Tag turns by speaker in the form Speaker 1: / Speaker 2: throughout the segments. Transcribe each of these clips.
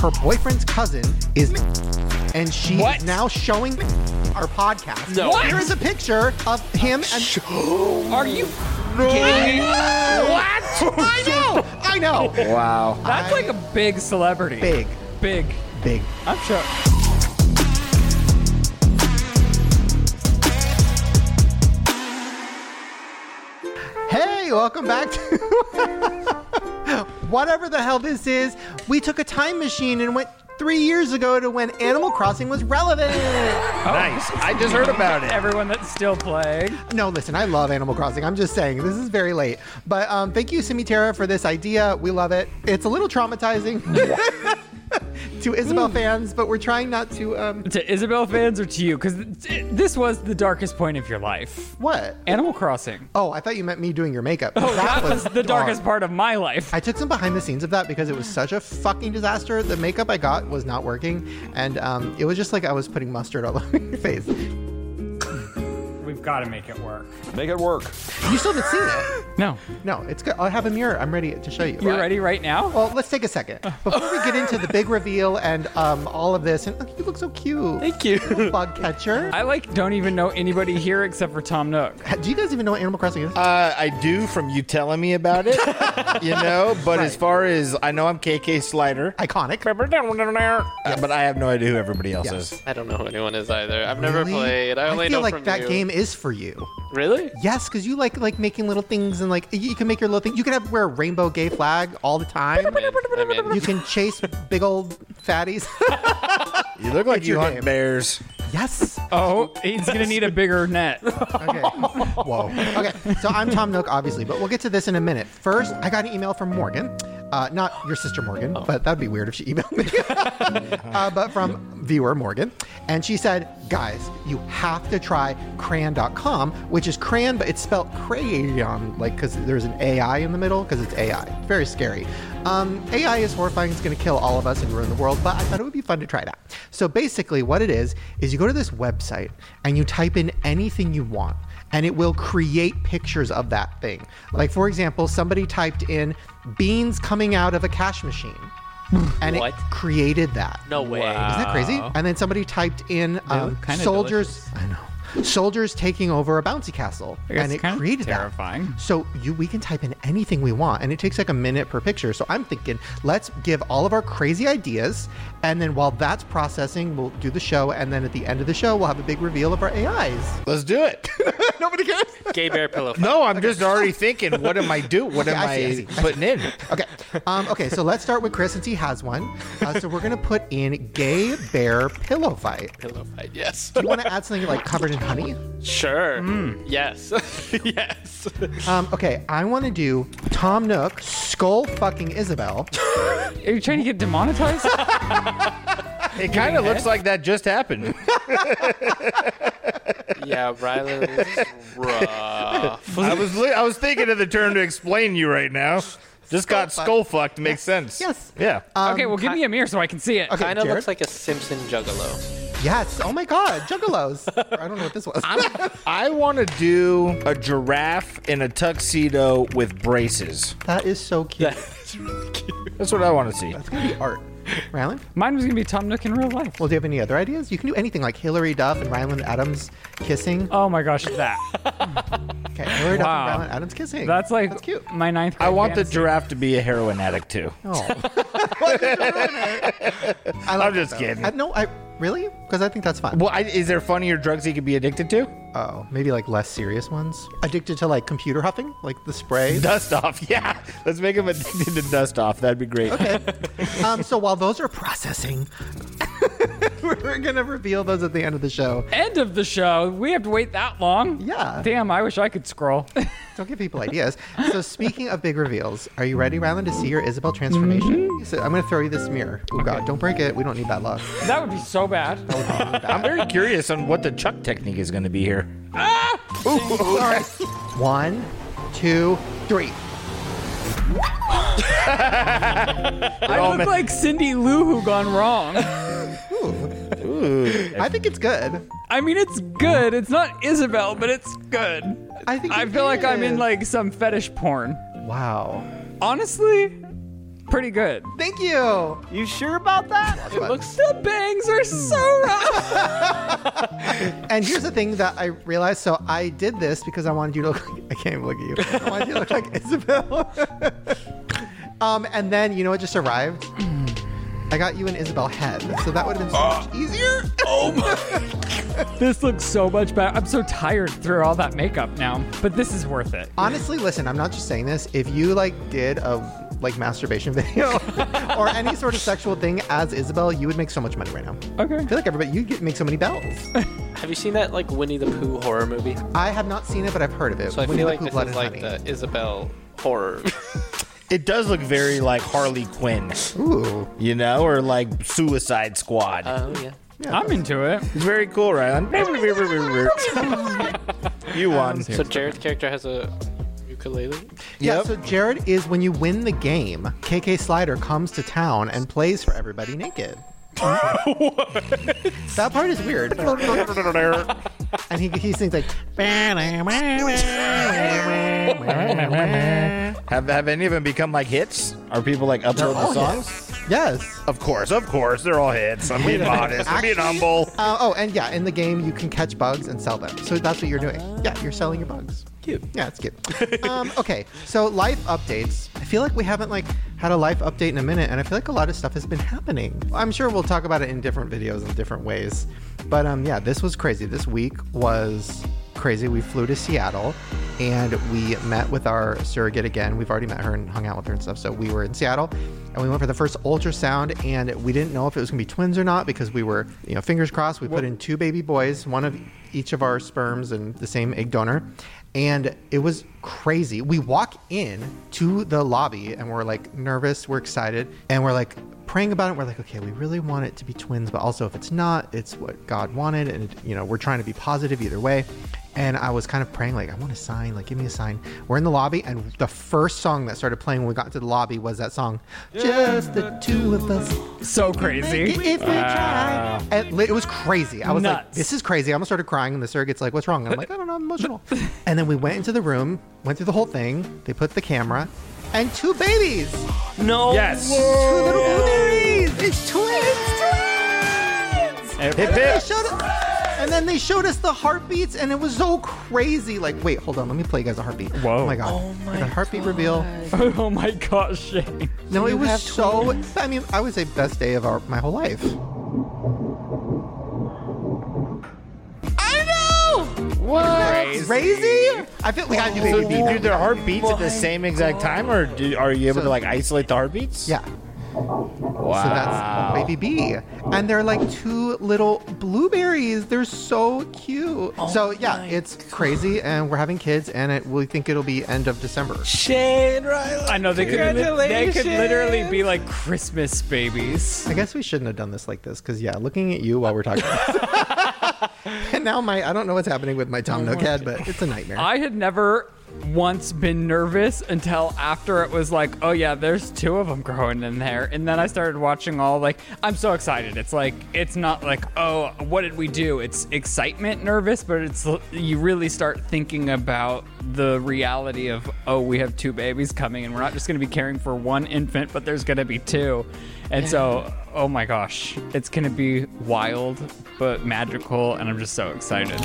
Speaker 1: her boyfriend's cousin is, and she
Speaker 2: What?
Speaker 1: is now showing our podcast.
Speaker 2: No. What?
Speaker 1: Here is a picture of him and.
Speaker 2: Are you kidding me? What?
Speaker 1: I know! I know!
Speaker 3: Wow.
Speaker 2: That's like a Oh, big celebrity.
Speaker 1: Big,
Speaker 2: Big.
Speaker 1: big.
Speaker 2: I'm sure.
Speaker 1: Hey, welcome back to whatever the hell this is. We took a time machine and went three years ago to when Animal Crossing was relevant.
Speaker 2: Oh,
Speaker 3: Nice. I just heard about it.
Speaker 2: Everyone that's still playing.
Speaker 1: no, listen, I love Animal Crossing. I'm just saying, this is very late. But um, thank you, Simiterra, for this idea. We love it. It's a little traumatizing to Isabel fans, but we're trying not to. Um,
Speaker 2: To Isabel fans or to you? Because this was the darkest point of your life.
Speaker 1: what?
Speaker 2: Animal Crossing.
Speaker 1: Oh, I thought you meant me doing your makeup.
Speaker 2: Oh, That was the
Speaker 1: dark.
Speaker 2: darkest part of my life.
Speaker 1: I took some behind the scenes of that because it was such a fucking disaster. The makeup I got was not working, and um, it was just like I was putting mustard all over your face. You
Speaker 2: We've got to make it work.
Speaker 3: Make it work.
Speaker 1: still haven't seen it.
Speaker 2: No.
Speaker 1: No, it's good. I have a mirror. I'm ready to show you.
Speaker 2: You're ready right now?
Speaker 1: Well, let's take a second before we get into the big reveal and um, all of this. And oh, you look so cute,
Speaker 3: Thank you.
Speaker 1: bug catcher.
Speaker 2: I like don't even know anybody here except for Tom Nook.
Speaker 1: Do you guys even know what Animal Crossing is?
Speaker 3: Uh, I do from you telling me about it, you know. But as
Speaker 1: Right.
Speaker 3: far as I know, I'm KK Slider.
Speaker 1: Iconic.
Speaker 3: Uh, But I have no idea who everybody else
Speaker 1: Yes.
Speaker 3: is.
Speaker 4: I don't know who anyone is either. I've never
Speaker 1: Really?
Speaker 4: played. I only
Speaker 1: feel
Speaker 4: know
Speaker 1: like
Speaker 4: from
Speaker 1: that
Speaker 4: you.
Speaker 1: game is for you.
Speaker 4: Really?
Speaker 1: Yes, because you like like making little things and like you, you can make your little thing. You can have wear a rainbow gay flag all the time.
Speaker 4: I'm in. I'm in.
Speaker 1: You can chase big old fatties.
Speaker 3: You look like you
Speaker 1: your
Speaker 3: hunt
Speaker 1: name?
Speaker 3: bears.
Speaker 1: yes.
Speaker 2: Oh, he's gonna need a bigger net.
Speaker 1: Okay. Whoa. Okay. So I'm Tom Nook, obviously, but we'll get to this in a minute. First, I got an email from Morgan. Uh, not your sister Morgan,
Speaker 4: Oh.
Speaker 1: but that'd be weird if she emailed me. uh, but from viewer Morgan. And she said, guys, you have to try crayon.com, which is crayon, but it's spelled crayon, like because there's an AI in the middle, because it's AI. It's very scary. Um, AI is horrifying. It's going to kill all of us and ruin the world, but I thought it would be fun to try it out. So basically, what it is, is you go to this website and you type in anything you want, and it will create pictures of that thing. Like, for example, somebody typed in beans coming out of a cash machine. And
Speaker 4: What?
Speaker 1: it created that.
Speaker 4: No way.
Speaker 1: Isn't that crazy? And then somebody typed in um,
Speaker 2: look kinda
Speaker 1: soldiers. I know. Soldiers taking over a bouncy castle,
Speaker 2: I guess
Speaker 1: and
Speaker 2: it's
Speaker 1: it
Speaker 2: kind of
Speaker 1: created
Speaker 2: terrifying.
Speaker 1: that. So you, we can type in anything we want, and it takes like a minute per picture. So I'm thinking, let's give all of our crazy ideas, and then while that's processing, we'll do the show, and then at the end of the show, we'll have a big reveal of our AIs.
Speaker 3: Let's do it.
Speaker 1: Nobody cares.
Speaker 4: Gay bear pillow. fight.
Speaker 3: No, I'm just already thinking. What am I do? What am
Speaker 1: I see, I see.
Speaker 3: I putting in?
Speaker 1: Okay. Um, okay. So let's start with Chris since he has one. Uh, so we're gonna put in gay bear pillow fight.
Speaker 4: Pillow fight. Yes.
Speaker 1: You Hmm. want to add something like covered in honey?
Speaker 4: sure. Yes. yes.
Speaker 1: Um, okay, I want to do Tom Nook, Skull fucking Isabel.
Speaker 2: Are you trying to get demonetized?
Speaker 3: It kind of looks like that just happened.
Speaker 4: yeah. Rylan is rough.
Speaker 3: I was li- I was thinking of the term to explain you right now. Just got skull fucked. Makes sense.
Speaker 1: Yes. Uh,
Speaker 3: Yeah.
Speaker 2: okay, well give me a mirror so Um, I can see it.
Speaker 1: Okay,
Speaker 4: Kind of
Speaker 1: Jared?
Speaker 4: looks like a Simpson juggalo.
Speaker 1: Yes. Oh my God, Juggalos. I don't know what this was.
Speaker 3: I want to do a giraffe in a tuxedo with braces.
Speaker 1: that is so cute.
Speaker 4: That's really cute.
Speaker 3: That's what I want to see.
Speaker 1: It's gonna be art. Rylan,
Speaker 2: Mine was gonna be Tom Nook in real life.
Speaker 1: well, do you have any other ideas? You can do anything like Hillary Duff and Rylan Adams kissing.
Speaker 2: Oh my gosh, that.
Speaker 1: Okay, Hillary Duff
Speaker 2: Wow.
Speaker 1: and Rylan Adams kissing.
Speaker 2: That's like
Speaker 1: that's cute.
Speaker 2: my ninth grade
Speaker 3: I want the
Speaker 2: fantasy.
Speaker 3: giraffe to be a heroin addict too.
Speaker 1: Oh. I like
Speaker 3: I'm
Speaker 1: that,
Speaker 3: just
Speaker 1: though.
Speaker 3: kidding.
Speaker 1: I, no, I really because I think that's fun.
Speaker 3: Well, I, is there funnier drugs he could be addicted to?
Speaker 1: Oh, maybe like less serious ones. Addicted to like computer huffing, like the spray.
Speaker 3: Dust off. Yeah. Let's make him addicted to dust off. That'd be great.
Speaker 1: um, so while those are processing, we're gonna reveal those at the end of the show.
Speaker 2: End of the show. We have to wait that long.
Speaker 1: Yeah.
Speaker 2: Damn, I wish I could scroll.
Speaker 1: Don't give people ideas. So speaking of big reveals, are you ready, Rylan, to see your Isabel transformation? So I'm gonna throw you this mirror. Oh God, don't break it. We don't need that luck.
Speaker 2: that would be so bad.
Speaker 3: I'm very curious on what the chuck technique is going to be here.
Speaker 1: One, two, three.
Speaker 2: I look
Speaker 3: Roman.
Speaker 2: like Cindy Lou who gone wrong.
Speaker 3: Ooh.
Speaker 1: I think it's good.
Speaker 2: I mean, it's good. It's not Isabel, but it's good.
Speaker 1: I think
Speaker 2: I
Speaker 1: it
Speaker 2: feel like I'm in
Speaker 1: is.
Speaker 2: like some fetish porn.
Speaker 1: Wow.
Speaker 2: Honestly, pretty good.
Speaker 1: Thank you.
Speaker 5: You sure about that?
Speaker 4: It looks
Speaker 2: The bangs
Speaker 1: Hmm.
Speaker 2: are so rough.
Speaker 1: And here's the thing that I realized. So I did this because I wanted you to look. Like, I can't even look at you. I wanted you to look like Isabel. um, and then you know what just arrived. I got you an Isabel head, so that would have been so much easier.
Speaker 2: this looks so much better. I'm so tired through all that makeup now, but this is worth it.
Speaker 1: Honestly, listen, I'm not just saying this. If you like did a like masturbation video or any sort of sexual thing as Isabel, you would make so much money right now.
Speaker 2: Okay.
Speaker 1: I feel like everybody you get make so many bells.
Speaker 4: Have you seen that like Winnie the Pooh horror movie?
Speaker 1: I have not seen it, but I've heard of it.
Speaker 4: So I
Speaker 1: Winnie
Speaker 4: feel
Speaker 1: the
Speaker 4: like
Speaker 1: Pooh,
Speaker 4: this
Speaker 1: Blood and
Speaker 4: is like
Speaker 1: Honey.
Speaker 4: the Isabel horror.
Speaker 3: It does look very like Harley Quinn,
Speaker 1: Ooh,
Speaker 3: you know, or like Suicide Squad.
Speaker 4: oh yeah.
Speaker 2: I'm into it.
Speaker 3: Uh, it's very cool, Rylan. you won.
Speaker 4: So Jared's character has a ukulele.
Speaker 1: yeah.
Speaker 3: Yep.
Speaker 1: So Jared is when you win the game, KK Slider comes to town and plays for everybody naked. That part is weird, and he he sings like.
Speaker 3: have have any of them become like hits? Are people like uploading the songs?
Speaker 1: Yes.
Speaker 3: Of course, of course, they're all hits. I'm being modest. I'm being
Speaker 1: Actually-
Speaker 3: humble.
Speaker 1: Uh, oh, and yeah, in the game you can catch bugs and sell them. So that's what you're doing. Yeah, you're selling your bugs. Cute. Yeah, it's cute. um, okay, so life updates. I feel like we haven't like had a life update in a minute, and I feel like a lot of stuff has been happening. I'm sure we'll talk about it in different videos in different ways, but um, yeah, this was crazy. This week was crazy. We flew to Seattle, and we met with our surrogate again. We've already met her and hung out with her and stuff. So we were in Seattle, and we went for the first ultrasound, and we didn't know if it was going to be twins or not because we were, you know, fingers crossed. We put in two baby boys, one of each of our sperms and the same egg donor, and it was crazy. We walk in to the lobby, and we're like nervous, we're excited, and we're like praying about it we're like okay we really want it to be twins but also if it's not it's what god wanted and you know we're trying to be positive either way and i was kind of praying like i want a sign like give me a sign we're in the lobby and the first song that started playing when we got to the lobby was that song just the two of us
Speaker 2: So
Speaker 1: make
Speaker 2: crazy.
Speaker 1: it if we try and li- it was crazy i was like
Speaker 2: Nuts.
Speaker 1: this is crazy i almost started crying and the surrogate's like what's wrong and i'm like i don't know i'm emotional and then we went into the room went through the whole thing they put the camera and two babies
Speaker 5: No.
Speaker 3: Yes.
Speaker 1: Two little blueberries! It's twins! twins!
Speaker 3: Hip hip.
Speaker 1: They showed us- and then they showed us the heartbeats, and it was so crazy. Like, wait, hold on, let me play you guys a heartbeat.
Speaker 2: Whoa.
Speaker 1: Oh my god. Oh my a heartbeat reveal.
Speaker 2: Oh my gosh, Shane.
Speaker 1: No, it was so. I mean, I would say best day of our, my whole life. I know!
Speaker 3: What?
Speaker 1: Crazy? I feel we gotta do
Speaker 3: So
Speaker 1: baby
Speaker 3: do
Speaker 1: beat.
Speaker 3: you do their heartbeats at the same exact time, or do, are you able to like isolate the heartbeats?
Speaker 1: Yeah.
Speaker 3: Wow.
Speaker 1: So that's Baby B. And they're like two little blueberries. They're so cute. so yeah, it's crazy and we're having kids and it we think it'll be end of December.
Speaker 5: Shane Riley.
Speaker 2: I know they could li- they could
Speaker 5: Congratulations.
Speaker 2: literally be like Christmas babies.
Speaker 1: I guess we shouldn't have done this like this because yeah, looking at you while we're talking about this. and now my I don't know what's happening with my Tom Nook head, but it's a nightmare.
Speaker 2: I had never once been nervous until after it was like, oh yeah, there's two of them growing in there. And then I started watching all like, I'm so excited. It's like, it's not like, oh, what did we do? It's excitement, nervous, but it's, you really start thinking about the reality of, oh, we have two babies coming and we're not just going to be caring for one infant, but there's going to be two. And so, oh my gosh, it's going to be wild, but magical. And I'm just so excited.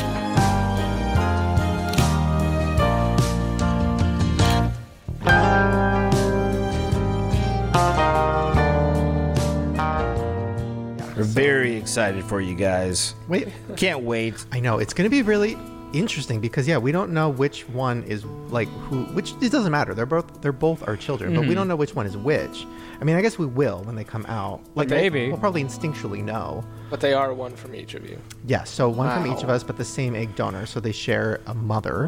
Speaker 3: We're very excited for you guys.
Speaker 1: Wait,
Speaker 3: Can't wait.
Speaker 1: I know it's gonna be really interesting because yeah, we don't know which one is like who. Which it doesn't matter. They're both they're both our children, but we don't know which one is which. I mean, I guess we will when they come out. Like we'll-
Speaker 2: maybe.
Speaker 1: we'll, probably instinctually know.
Speaker 4: But they are one from each of you.
Speaker 1: Yeah, so one from each of
Speaker 4: Wow.
Speaker 1: us, but the same egg donor, so they share a mother.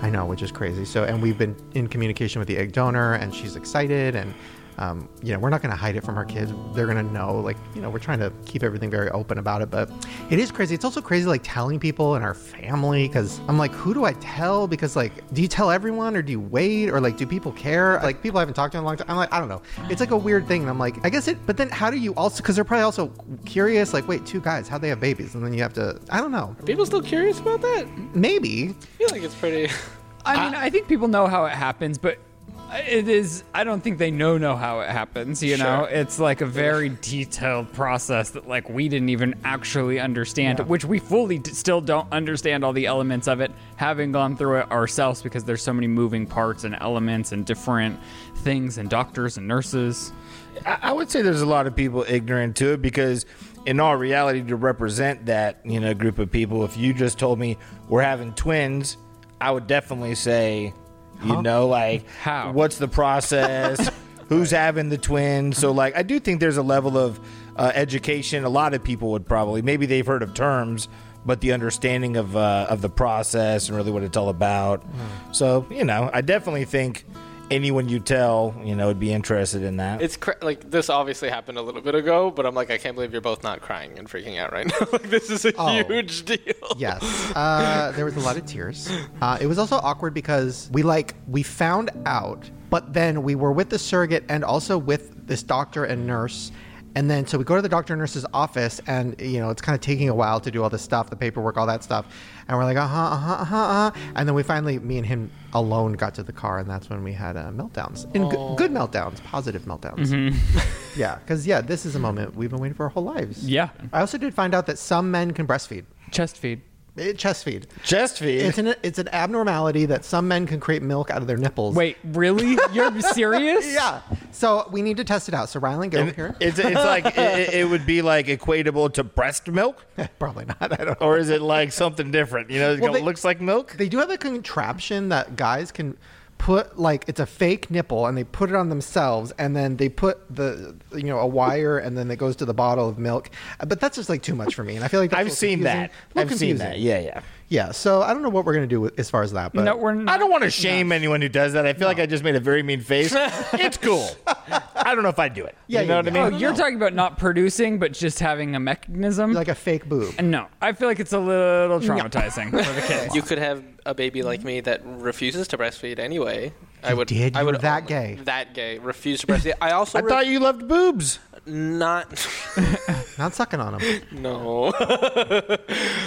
Speaker 1: I know, which is crazy. So, and we've been in communication with the egg donor, and she's excited, and um, you know, we're not going to hide it from our kids. They're going to know, like, you know, we're trying to keep everything very open about it, but it is crazy. It's also crazy, like, telling people and our family, because I'm like, who do I tell? Because, like, do you tell everyone, or do you wait, or like, do people care? Like, people I haven't talked to in a long time. I'm like, I don't know. It's like a weird thing, and I'm like, I guess it. But then, how do you also? Because they're probably also curious, like, wait, two guys, how they have babies, and then you have to. I don't know.
Speaker 4: Are people still curious about that? I
Speaker 1: Maybe
Speaker 4: feel like it's pretty.
Speaker 2: I mean, I think people know how it happens, but it is i don't think they know know how it happens you know
Speaker 4: Sure.
Speaker 2: it's like a very detailed process that like we didn't even actually understand which we fully d- still don't understand all the elements of it having gone through it ourselves because there's so many moving parts and elements and different things and doctors and nurses
Speaker 3: I, I would say there's a lot of people ignorant to it because, in all reality, to represent that you know group of people, if you just told me we're having twins, I would definitely say, you know, like
Speaker 2: How?
Speaker 3: what's the process, who's having the twins. So like, I do think there's a level of uh, education. A lot of people would probably maybe they've heard of terms. But the understanding of uh, of the process and really what it's all about. So you know, I definitely think anyone you tell, you know, would be interested in that.
Speaker 4: It's cra- like this obviously happened a little bit ago, but I'm like, I can't believe you're both not crying and freaking out right now. like this is a
Speaker 1: Oh.
Speaker 4: huge deal.
Speaker 1: Yes. Uh, there was a lot of tears. Uh, it was also awkward because we like we found out, but then we were with the surrogate and also with this doctor and nurse. And then so we go to the doctor and nurse's office and you know, it's kind of taking a while to do all this stuff, the paperwork, all that stuff. And we're like, uh-huh, uh-huh, uh-huh, uh-huh. And then we finally me and him alone got to the car and that's when we had uh, meltdowns. In g- good meltdowns, positive meltdowns. yeah, cuz yeah, this is a moment we've been waiting for our whole lives.
Speaker 2: Yeah.
Speaker 1: I also did find out that some men can breastfeed.
Speaker 2: chest feed
Speaker 1: Eh, chest feed.
Speaker 3: Chest feed.
Speaker 1: It's an it's an abnormality that some men can create milk out of their nipples.
Speaker 2: wait really you're serious
Speaker 1: Yeah. So we need to test it out. So Rylan, get over here.
Speaker 3: it's, it's like it- it, it would be like equatable to breast milk,
Speaker 1: Probably not. I don't know.
Speaker 3: or is it like something different? You know, it
Speaker 1: Well, they-
Speaker 3: looks like milk.
Speaker 1: They do have a contraption that guys can put like it's a fake nipple and they put it on themselves and then they put the you know a wire and then it goes to the bottle of milk. But that's just like too much for me. And I feel like that's a
Speaker 3: I've
Speaker 1: little
Speaker 3: seen
Speaker 1: confusing.
Speaker 3: that.
Speaker 1: A
Speaker 3: I've
Speaker 1: little
Speaker 3: seen
Speaker 1: confusing.
Speaker 3: that. Yeah, yeah.
Speaker 1: Yeah. So I don't know what we're gonna do with, as far as that. But
Speaker 2: no we're not
Speaker 3: I don't want to shame anyone who does that. I feel like I just made a very mean face. it's cool. I don't know if I'd do it.
Speaker 1: Yeah,
Speaker 3: you know
Speaker 1: yeah, yeah.
Speaker 3: what
Speaker 2: Oh,
Speaker 3: I mean?
Speaker 1: no,
Speaker 2: you're
Speaker 1: no.
Speaker 2: talking about not producing, but just having a mechanism.
Speaker 1: like a fake boob.
Speaker 2: no, I feel like it's a little traumatizing for the kids.
Speaker 4: You could have a baby like me that refuses to breastfeed anyway. I would.
Speaker 1: did?
Speaker 4: I
Speaker 1: You
Speaker 4: would
Speaker 1: were that
Speaker 4: only-
Speaker 1: gay.
Speaker 4: That gay. Refuse to breastfeed. I also
Speaker 3: I
Speaker 4: re-
Speaker 3: thought you loved boobs.
Speaker 4: not.
Speaker 1: Not sucking on them.
Speaker 4: no.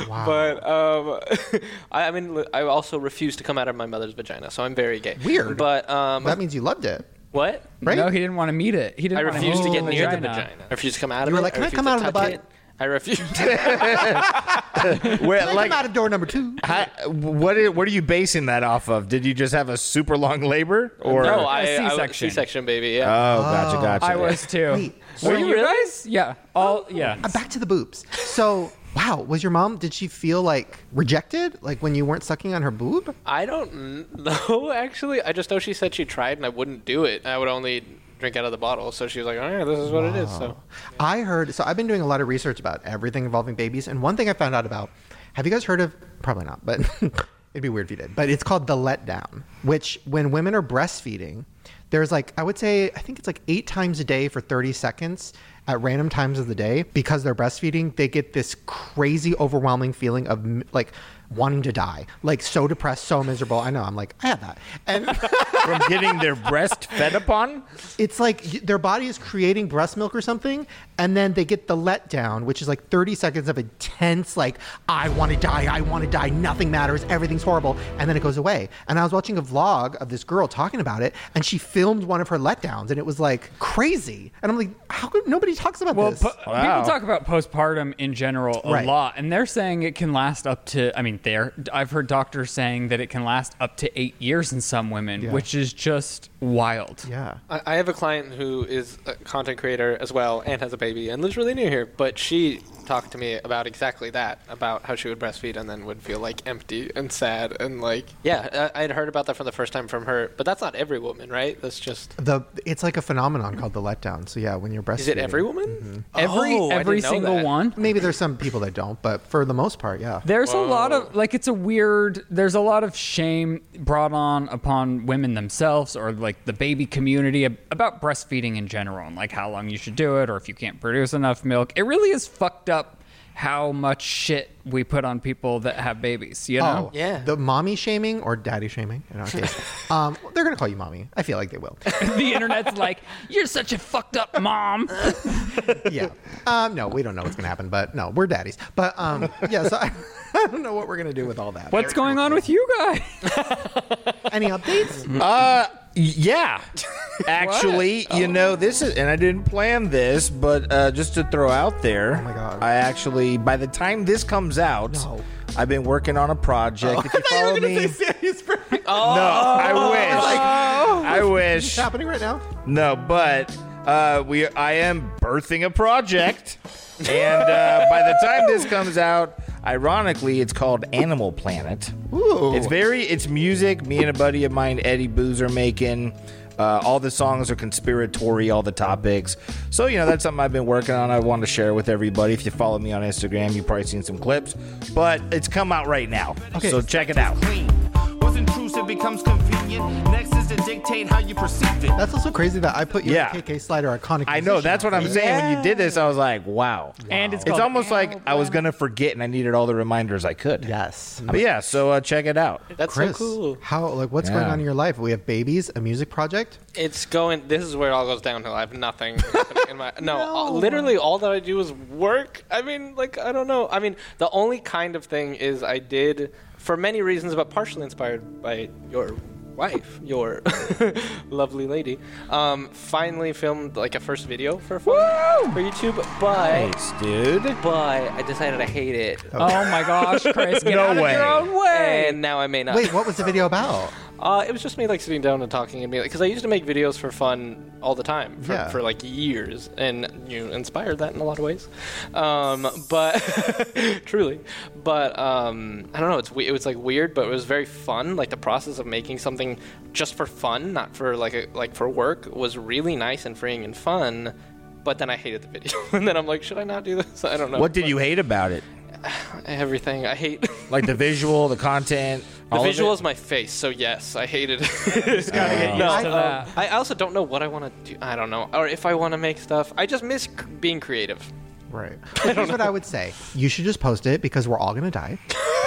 Speaker 1: Wow.
Speaker 4: But um, I, I mean, li- I also refuse to come out of my mother's vagina, so I'm very gay.
Speaker 1: Weird.
Speaker 4: But um,
Speaker 1: that means you loved it,
Speaker 4: what?
Speaker 1: right?
Speaker 2: No, he didn't want to meet it. He
Speaker 4: I
Speaker 2: didn't. want
Speaker 4: refuse to
Speaker 2: meet
Speaker 4: get near the vagina. I refuse to come out
Speaker 1: You
Speaker 4: of
Speaker 1: were
Speaker 4: it.
Speaker 1: like, "Can I
Speaker 4: refuse
Speaker 1: come
Speaker 4: to
Speaker 1: out of the
Speaker 4: touch
Speaker 1: butt?"
Speaker 4: it. I refuse.
Speaker 3: Where,
Speaker 1: Like, I'm
Speaker 3: like,
Speaker 1: out of door number two.
Speaker 3: I, what? Is, what are you basing that off of? Did you just have a super long labor? Or
Speaker 4: no,
Speaker 3: oh,
Speaker 4: I
Speaker 2: A
Speaker 4: I was-
Speaker 2: C-section.
Speaker 4: C-section, baby. Yeah.
Speaker 1: Oh.
Speaker 3: gotcha, gotcha.
Speaker 2: I was too.
Speaker 1: Wait, so-
Speaker 2: Were you guys? Yeah. All. Yeah.
Speaker 1: Uh, back to the boobs. So, wow, was your mom? Did she feel like rejected, like when you weren't sucking on her boob?
Speaker 4: I don't n- know actually. I just know she said she tried and I wouldn't do it. I would only drink out of the bottle. So she was like, "All right, this is what it is." So
Speaker 1: I heard. So I've been doing a lot of research about everything involving babies, and one thing I found out about. Have you guys heard of? Probably not, but it'd be weird if you did. But it's called the letdown, which when women are breastfeeding, there's like I would say I think it's like eight times a day for 30 seconds at random times of the day because they're breastfeeding. They get this crazy, overwhelming feeling of m- like wanting to die, like so depressed, so miserable. I know. I'm like I had that, and.
Speaker 3: from getting their breast fed upon.
Speaker 1: it's like y- their body is creating breast milk or something, and then they get the letdown, which is like 30 seconds of intense, like, I want to die, I want to die, nothing matters, everything's horrible, and then it goes away. And I was watching a vlog of this girl talking about it, and she filmed one of her letdowns, and it was like crazy. And I'm like, how come nobody talks about
Speaker 2: Well,
Speaker 1: this?
Speaker 2: po-
Speaker 3: Wow.
Speaker 2: people talk about postpartum in general a
Speaker 1: Right.
Speaker 2: lot, and they're saying it can last up to. I mean, there I've heard doctors saying that it can last up to eight years in some women,
Speaker 1: Yeah.
Speaker 2: which is just wild.
Speaker 1: yeah.
Speaker 4: I, I have a client who is a content creator as well and has a baby and lives really near here. But she talked to me about exactly that, about how she would breastfeed and then would feel like empty and sad and like, yeah, I, I'd heard about that for the first time from her. But that's not every woman, right? That's just.
Speaker 1: The, it's like a phenomenon called the letdown. So yeah, when you're breastfeeding,
Speaker 4: Is it every woman?
Speaker 2: Every
Speaker 4: Oh, I
Speaker 2: every
Speaker 4: didn't know
Speaker 2: single
Speaker 4: that.
Speaker 2: one.
Speaker 1: Maybe there's some people that don't, but for the most part, yeah.
Speaker 2: There's a lot of like it's a weird there's a lot of shame brought on upon women themselves or like the baby community ab- about breastfeeding in general and like how long you should do it or if you can't produce enough milk. It really is fucked up how much shit we put on people that have babies, you know?
Speaker 1: Oh,
Speaker 4: Yeah.
Speaker 1: The mommy shaming or daddy shaming in our case. um, they're going to call you mommy. I feel like they will.
Speaker 2: the internet's like, "You're such a fucked up mom."
Speaker 1: Yeah. Um, no, we don't know what's going to happen, but no, we're daddies. But um, yeah, so I,
Speaker 6: I don't know what we're gonna do with all that.
Speaker 2: What's going on with you guys?
Speaker 6: Any updates?
Speaker 3: Uh, Yeah. Actually, you know, this
Speaker 6: Oh.
Speaker 3: is, and I didn't plan this, but uh, just to throw out there, oh
Speaker 6: my God.
Speaker 3: I actually, by the time this comes out,
Speaker 6: No. Oh.
Speaker 3: I've been working on a project. If you follow me,
Speaker 6: serious. What's
Speaker 3: no, I wish.
Speaker 6: Oh.
Speaker 3: I wish.
Speaker 6: happening right now?
Speaker 3: No, but uh, we I am birthing a project, and uh, by the time this comes out, ironically, it's called Animal Planet.
Speaker 6: Ooh.
Speaker 3: It's very it's music. Me and a buddy of mine, Eddie Booz, are making. Uh, all the songs are conspiratory, all the topics. So, you know, that's something I've been working on. I want to share with everybody. If you follow me on Instagram, you've probably seen some clips, but it's come out right now.
Speaker 6: Okay.
Speaker 3: So, check it out.
Speaker 7: clean. What's intrusive becomes convenient. Next is to dictate how you perceive it.
Speaker 6: That's also crazy that I put your
Speaker 3: Yeah.
Speaker 6: KK slider iconic.
Speaker 3: I know.
Speaker 6: position
Speaker 3: That's
Speaker 6: on
Speaker 3: what I'm
Speaker 6: there.
Speaker 3: saying. When you did this, I was like, wow.
Speaker 2: And it's
Speaker 3: it's
Speaker 2: called
Speaker 3: almost like
Speaker 2: Animal
Speaker 3: I was
Speaker 2: Planet.
Speaker 3: gonna forget, and I needed all the reminders I could.
Speaker 6: Yes.
Speaker 3: But yeah, so uh, check it out.
Speaker 4: That's
Speaker 6: Chris,
Speaker 4: so cool.
Speaker 6: how like what's
Speaker 3: Yeah.
Speaker 6: going on in your life? We have babies, a music project.
Speaker 4: It's going. This is where it all goes downhill. I have nothing happening in my. No, all- literally all that I do is work. I mean, like I don't know. I mean, the only kind of thing is I did for many reasons, but partially inspired by your wife, your lovely lady. Um, finally filmed like a first video for for YouTube, but
Speaker 3: Thanks, dude.
Speaker 4: but I decided I hate it.
Speaker 2: Oh my gosh, Chris, get
Speaker 3: No
Speaker 2: out
Speaker 3: way.
Speaker 2: of your own way.
Speaker 4: And now I may
Speaker 3: Uh,
Speaker 4: not.
Speaker 6: Wait, what was the video about?
Speaker 4: Uh, it was just me like sitting down and talking and me because I used to make videos for fun all the time for,
Speaker 6: Yeah.
Speaker 4: for like years, and you inspired that in a lot of ways. Um, but truly, but um, I don't know. It's we- it was like weird, but it was very fun. Like the process of making something just for fun, not for like a, like for work, was really nice and freeing and fun. But then I hated the video, and then I'm like, should I not do this? I don't know.
Speaker 3: What did you hate about it?
Speaker 4: Everything I hate.
Speaker 3: Like the visual, the content,
Speaker 4: The
Speaker 3: all of
Speaker 4: visual
Speaker 3: it?
Speaker 4: is my face, so yes, I hated it.
Speaker 2: gotta get
Speaker 6: No.
Speaker 2: used to that.
Speaker 4: I also don't know what I want to do. I don't know, or if I want to make stuff. I just miss c- being creative.
Speaker 6: Right. Here's what I would say. You should just post it because we're all going to die.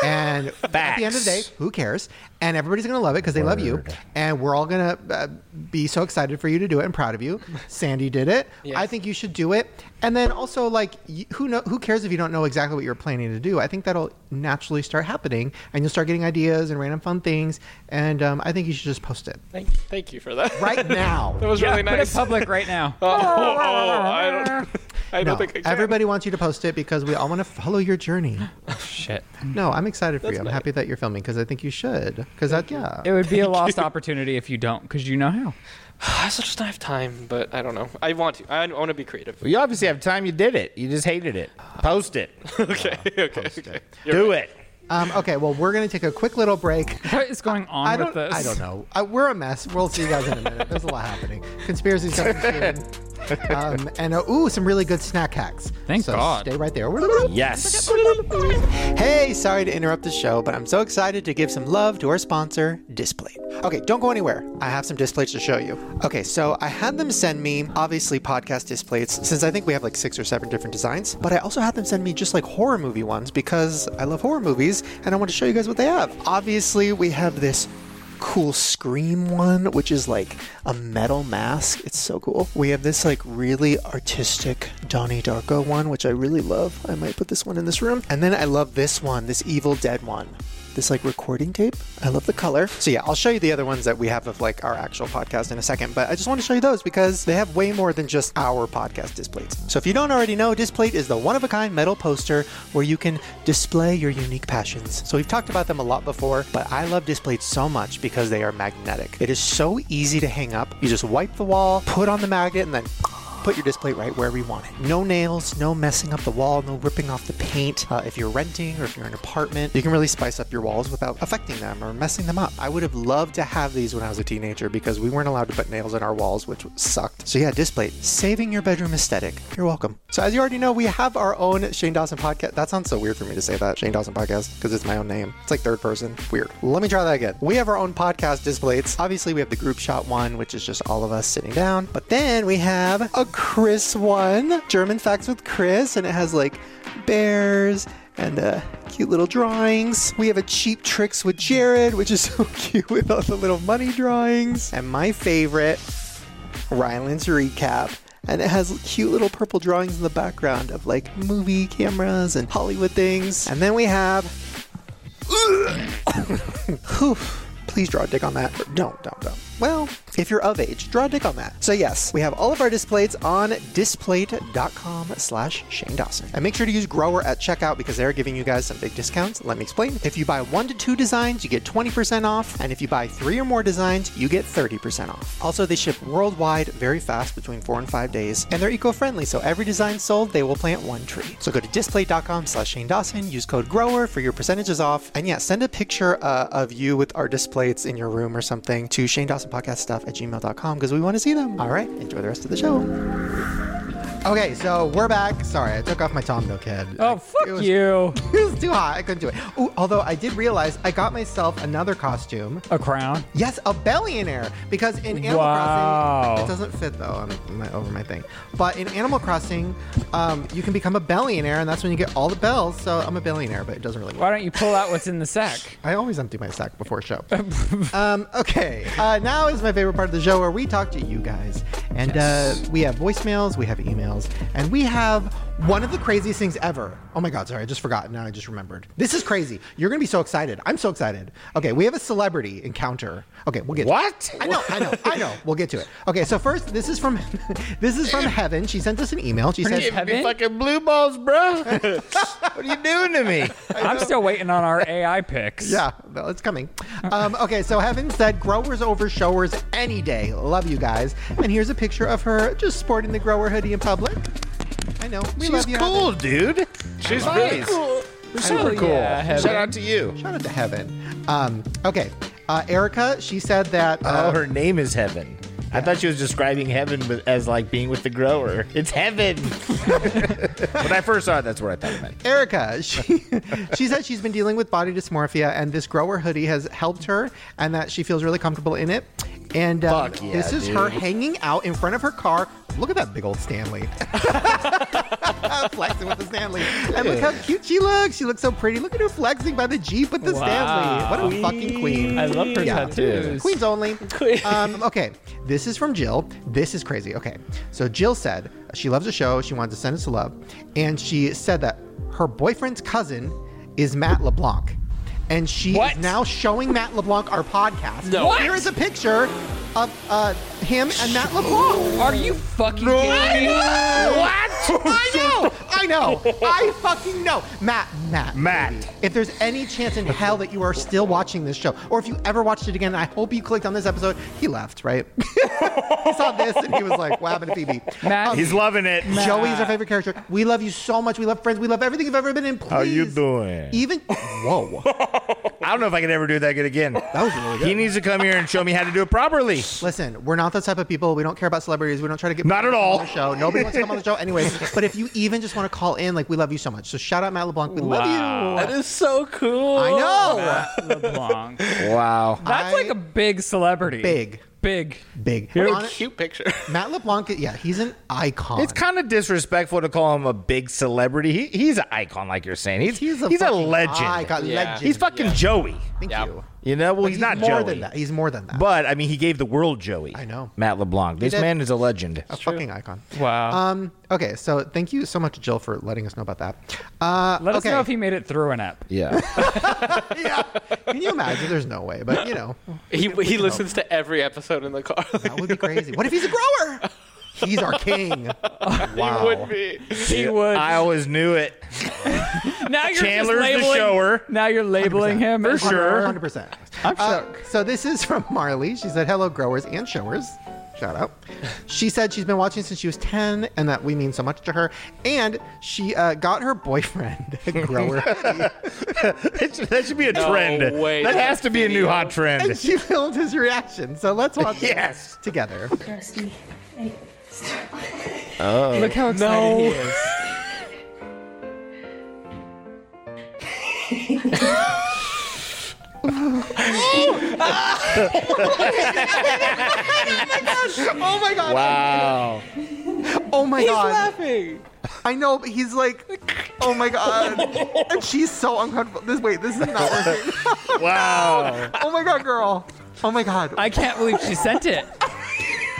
Speaker 6: And at the end of the day,
Speaker 3: Facts.
Speaker 6: who cares? And everybody's going to love it because they love you.
Speaker 3: Word.
Speaker 6: And we're all going to uh, be so excited for you to do it and proud of you. Sandy did it. I think you should do it. And then also, like, y- who know, who cares if you don't know exactly what you're planning to do? I think that'll naturally start happening and you'll start getting ideas and random fun things. And um, I think you should just post it
Speaker 4: Thank, thank you for that.
Speaker 6: right now.
Speaker 4: that was
Speaker 2: yeah,
Speaker 4: really
Speaker 2: put
Speaker 4: nice.
Speaker 2: it public right now.
Speaker 4: Oh, oh, oh, I don't. I
Speaker 6: No,
Speaker 4: don't think I can.
Speaker 6: everybody wants you to post it because we all want to follow your journey.
Speaker 2: Shit.
Speaker 6: No, I'm excited for you. I'm
Speaker 4: nice.
Speaker 6: happy that you're filming because I think you should. Because that, yeah.
Speaker 2: It would be a lost opportunity if you don't, because you know how.
Speaker 4: I also just don't have time, but I don't know. I want to. I want to be creative.
Speaker 3: Well, you obviously have time. You did it. You just hated it. Post it.
Speaker 4: Okay, okay, okay.
Speaker 3: Do it.
Speaker 6: Um, okay, well, we're going to take a quick little break.
Speaker 2: What is going on
Speaker 6: I don't,
Speaker 2: with this?
Speaker 6: I don't know. I, we're a mess. We'll see you guys in a minute. There's a lot happening. Conspiracies coming soon. Um, and, uh, ooh, some really good snack hacks.
Speaker 2: Thank
Speaker 6: so
Speaker 2: God.
Speaker 6: Stay right there.
Speaker 3: Yes.
Speaker 1: Hey, sorry to interrupt the show, but I'm so excited to give some love to our sponsor, Displate. Okay, don't go anywhere. I have some displays to show you. Okay, so I had them send me, obviously, podcast displays, since I think we have like six or seven different designs, but I also had them send me just like horror movie ones because I love horror movies and I want to show you guys what they have. Obviously, we have this cool scream one which is like a metal mask it's so cool we have this like really artistic donnie darko one which i really love i might put this one in this room and then i love this one this evil dead one this like recording tape i love the color so yeah i'll show you the other ones that we have of like our actual podcast in a second but i just want to show you those because they have way more than just our podcast displays so if you don't already know displate is the one-of-a-kind metal poster where you can display your unique passions so we've talked about them a lot before but i love displays so much because they are magnetic it is so easy to hang up you just wipe the wall put on the magnet and then put your display right where we want it. No nails, no messing up the wall, no ripping off the paint. Uh, if you're renting or if you're in an apartment, you can really spice up your walls without affecting them or messing them up. I would have loved to have these when I was a teenager because we weren't allowed to put nails in our walls, which sucked. So yeah, display, saving your bedroom aesthetic. You're welcome. So as you already know, we have our own Shane Dawson podcast. That sounds so weird for me to say that Shane Dawson podcast because it's my own name. It's like third person. Weird. Let me try that again. We have our own podcast displays. Obviously, we have the group shot one, which is just all of us sitting down. But then we have a Chris one, German facts with Chris, and it has like bears and uh, cute little drawings. We have a cheap tricks with Jared, which is so cute with all the little money drawings. And my favorite, Ryland's recap. And it has cute little purple drawings in the background of like movie cameras and Hollywood things. And then we have
Speaker 8: Whew. Please draw a dick on that. Or Don't, don't, don't. Well, if you're of age, draw a dick on that. So yes, we have all of our displays on displate.com slash Shane Dawson. And make sure to use Grower at checkout because they're giving you guys some big discounts. Let me explain. If you buy one to two designs, you get 20% off. And if you buy three or more designs, you get 30% off. Also, they ship worldwide very fast between four and five days. And they're eco-friendly, so every design sold, they will plant one tree. So go to display.com slash Shane Dawson, use code GROWER for your percentages off. And yeah, send a picture uh, of you with our displays in your room or something to Shane Dawson Podcast stuff at gmail.com because we want to see them. All right, enjoy the rest of the show.
Speaker 1: Okay, so we're back. Sorry, I took off my Tom Nook head.
Speaker 2: Oh,
Speaker 1: Like,
Speaker 2: fuck
Speaker 1: it was-
Speaker 2: you.
Speaker 1: It was too hot. I couldn't do it. Ooh, although I did realize I got myself another costume.
Speaker 2: A crown.
Speaker 1: Yes, a billionaire. Because in Animal
Speaker 2: Wow.
Speaker 1: Crossing, it doesn't fit though. I'm my, over my thing. But in Animal Crossing, um, you can become a billionaire, and that's when you get all the bells. So I'm a billionaire, but it doesn't really
Speaker 2: Why
Speaker 1: work.
Speaker 2: don't you pull out what's in the sack?
Speaker 1: I always empty my sack before show. um, okay, uh, now is my favorite part of the show where we talk to you guys, and uh, we have voicemails, we have emails, and we have one of the craziest things ever. Oh my god, sorry, I just forgot. Now I just remembered. This is crazy. You're gonna be so excited. I'm so excited. Okay, we have a celebrity encounter. Okay, we'll get to it.
Speaker 3: What?
Speaker 1: I know, I know, I know. We'll get to it. Okay, so first, this is from this is from Heaven. She sent us an email. She says,
Speaker 2: Heaven?
Speaker 3: fucking blue balls, bro. what are you doing to me?
Speaker 2: I'm still waiting on our AI picks.
Speaker 1: Yeah, no, Ah, it's coming. Um, okay, so Heaven said growers over showers any day. Love you guys. And here's a picture of her just sporting the grower hoodie in public. I know. We
Speaker 3: She's
Speaker 1: love you.
Speaker 3: cool,
Speaker 1: Heaven.
Speaker 3: dude. She's really cool. You're super cool.
Speaker 2: yeah, Heather.
Speaker 3: Shout out to you.
Speaker 1: Shout out to Heaven. Um, okay. Uh, Erica, she said that. Uh,
Speaker 3: Oh, her name is Heaven. I thought she was describing heaven with- as like being with the grower. It's heaven. when I first saw it, that's what I thought it meant.
Speaker 1: Erica, she, she said she's been dealing with body dysmorphia, and this grower hoodie has helped her, and that she feels really comfortable in it. And um,
Speaker 3: Fuck yeah,
Speaker 1: this is her
Speaker 3: dude.
Speaker 1: hanging out in front of her car. Look at that big old Stanley. flexing with the Stanley. And look how cute she looks. She looks so pretty. Look at her flexing by the Jeep with the
Speaker 2: Wow.
Speaker 1: Stanley. What a fucking queen.
Speaker 2: I love her
Speaker 1: Yeah.
Speaker 2: tattoos.
Speaker 1: Queens only. Um, okay, this is from Jill. This is crazy. Okay, so Jill said she loves the show. She wanted to send us a love, and she said that her boyfriend's cousin is Matt LeBlanc, and she is
Speaker 2: What?
Speaker 1: now showing Matt LeBlanc our podcast.
Speaker 2: No. What?
Speaker 1: Here is a picture of uh, him and Matt LeBlanc.
Speaker 2: Are you fucking kidding me?
Speaker 1: I know. I know. I fucking know. Matt. Matt.
Speaker 3: Matt.
Speaker 1: baby, If there's any chance in hell that you are still watching this show, or if you ever watched it again, I hope you clicked on this episode. He left, right? he saw this and he was like, "What happened to Phoebe?"
Speaker 2: Matt,
Speaker 3: He's loving it.
Speaker 1: Joey's our favorite character. We love you so much. We love Friends. We love everything you've ever been in. Please.
Speaker 3: How you doing?
Speaker 1: Even whoa,
Speaker 3: I don't know if I can ever do that good again.
Speaker 1: that was really
Speaker 3: He
Speaker 1: good.
Speaker 3: needs to come here and show me how to do it properly.
Speaker 1: Listen, we're not those type of people. We don't care about celebrities. We don't try to get
Speaker 3: Not at
Speaker 1: people
Speaker 3: all.
Speaker 1: on the show. Nobody wants to come on the show, anyways. But if you even just want to call in, like we love you so much. So shout out Matt LeBlanc. We love you.
Speaker 4: That is so cool.
Speaker 1: I know.
Speaker 2: LeBlanc. That's
Speaker 3: Wow.
Speaker 1: I-
Speaker 2: like a big celebrity.
Speaker 1: Big.
Speaker 2: Big.
Speaker 1: Big.
Speaker 2: You're
Speaker 1: Hon-
Speaker 4: Cute picture.
Speaker 1: Matt LeBlanc, yeah, he's an icon.
Speaker 3: It's kind of disrespectful to call him a big celebrity. He, he's an icon, like you're saying. He's he's a,
Speaker 1: fucking
Speaker 3: legend.
Speaker 1: Icon,
Speaker 4: Yeah.
Speaker 1: legend.
Speaker 3: He's fucking Joey.
Speaker 1: Thank
Speaker 4: Yeah.
Speaker 1: you.
Speaker 3: You know, well,
Speaker 1: But
Speaker 3: he's, not
Speaker 1: more
Speaker 3: Joey.
Speaker 1: than that. He's more than that.
Speaker 3: But I mean, he gave the world Joey.
Speaker 1: I know.
Speaker 3: Matt LeBlanc. This
Speaker 1: did.
Speaker 3: man is a legend.
Speaker 1: a fucking icon.
Speaker 2: Wow.
Speaker 1: Um. Okay. So thank you so much, Jill, for letting us know about that. Uh,
Speaker 2: Let
Speaker 1: okay.
Speaker 2: us know if he made it through an app.
Speaker 3: Yeah.
Speaker 1: yeah. Can you imagine? There's no way, but you know,
Speaker 4: He, he listens to every episode in the car.
Speaker 1: that would be crazy. What if he's a grower? He's our king.
Speaker 4: He would be.
Speaker 2: He would.
Speaker 3: I always knew it.
Speaker 2: now you're
Speaker 3: Chandler's
Speaker 2: just
Speaker 3: the
Speaker 2: labeling,
Speaker 3: shower.
Speaker 2: Now you're labeling him for
Speaker 1: Hundred percent. I'm shook. so this is from Marley. She said, "Hello, growers and showers." Shout out. She said she's been watching since she was 10 and that we mean so much to her. And she uh, got her boyfriend a grower. hoodie.
Speaker 3: That should, that should be a
Speaker 4: No
Speaker 3: trend.
Speaker 4: way.
Speaker 3: That has to be a new hot
Speaker 1: and
Speaker 3: trend.
Speaker 1: she filmed his reaction. So let's watch it
Speaker 3: Yes.
Speaker 1: together.
Speaker 9: Dusty. Hey, stop.
Speaker 2: Look how excited he is.
Speaker 1: Oh my god.
Speaker 3: Wow.
Speaker 1: Oh my god.
Speaker 4: laughing.
Speaker 1: I know, but he's like, oh my god. and she's so uncomfortable. This wait, this is not working.
Speaker 3: Wow.
Speaker 1: oh my god, girl. Oh my god.
Speaker 2: I can't believe she sent it.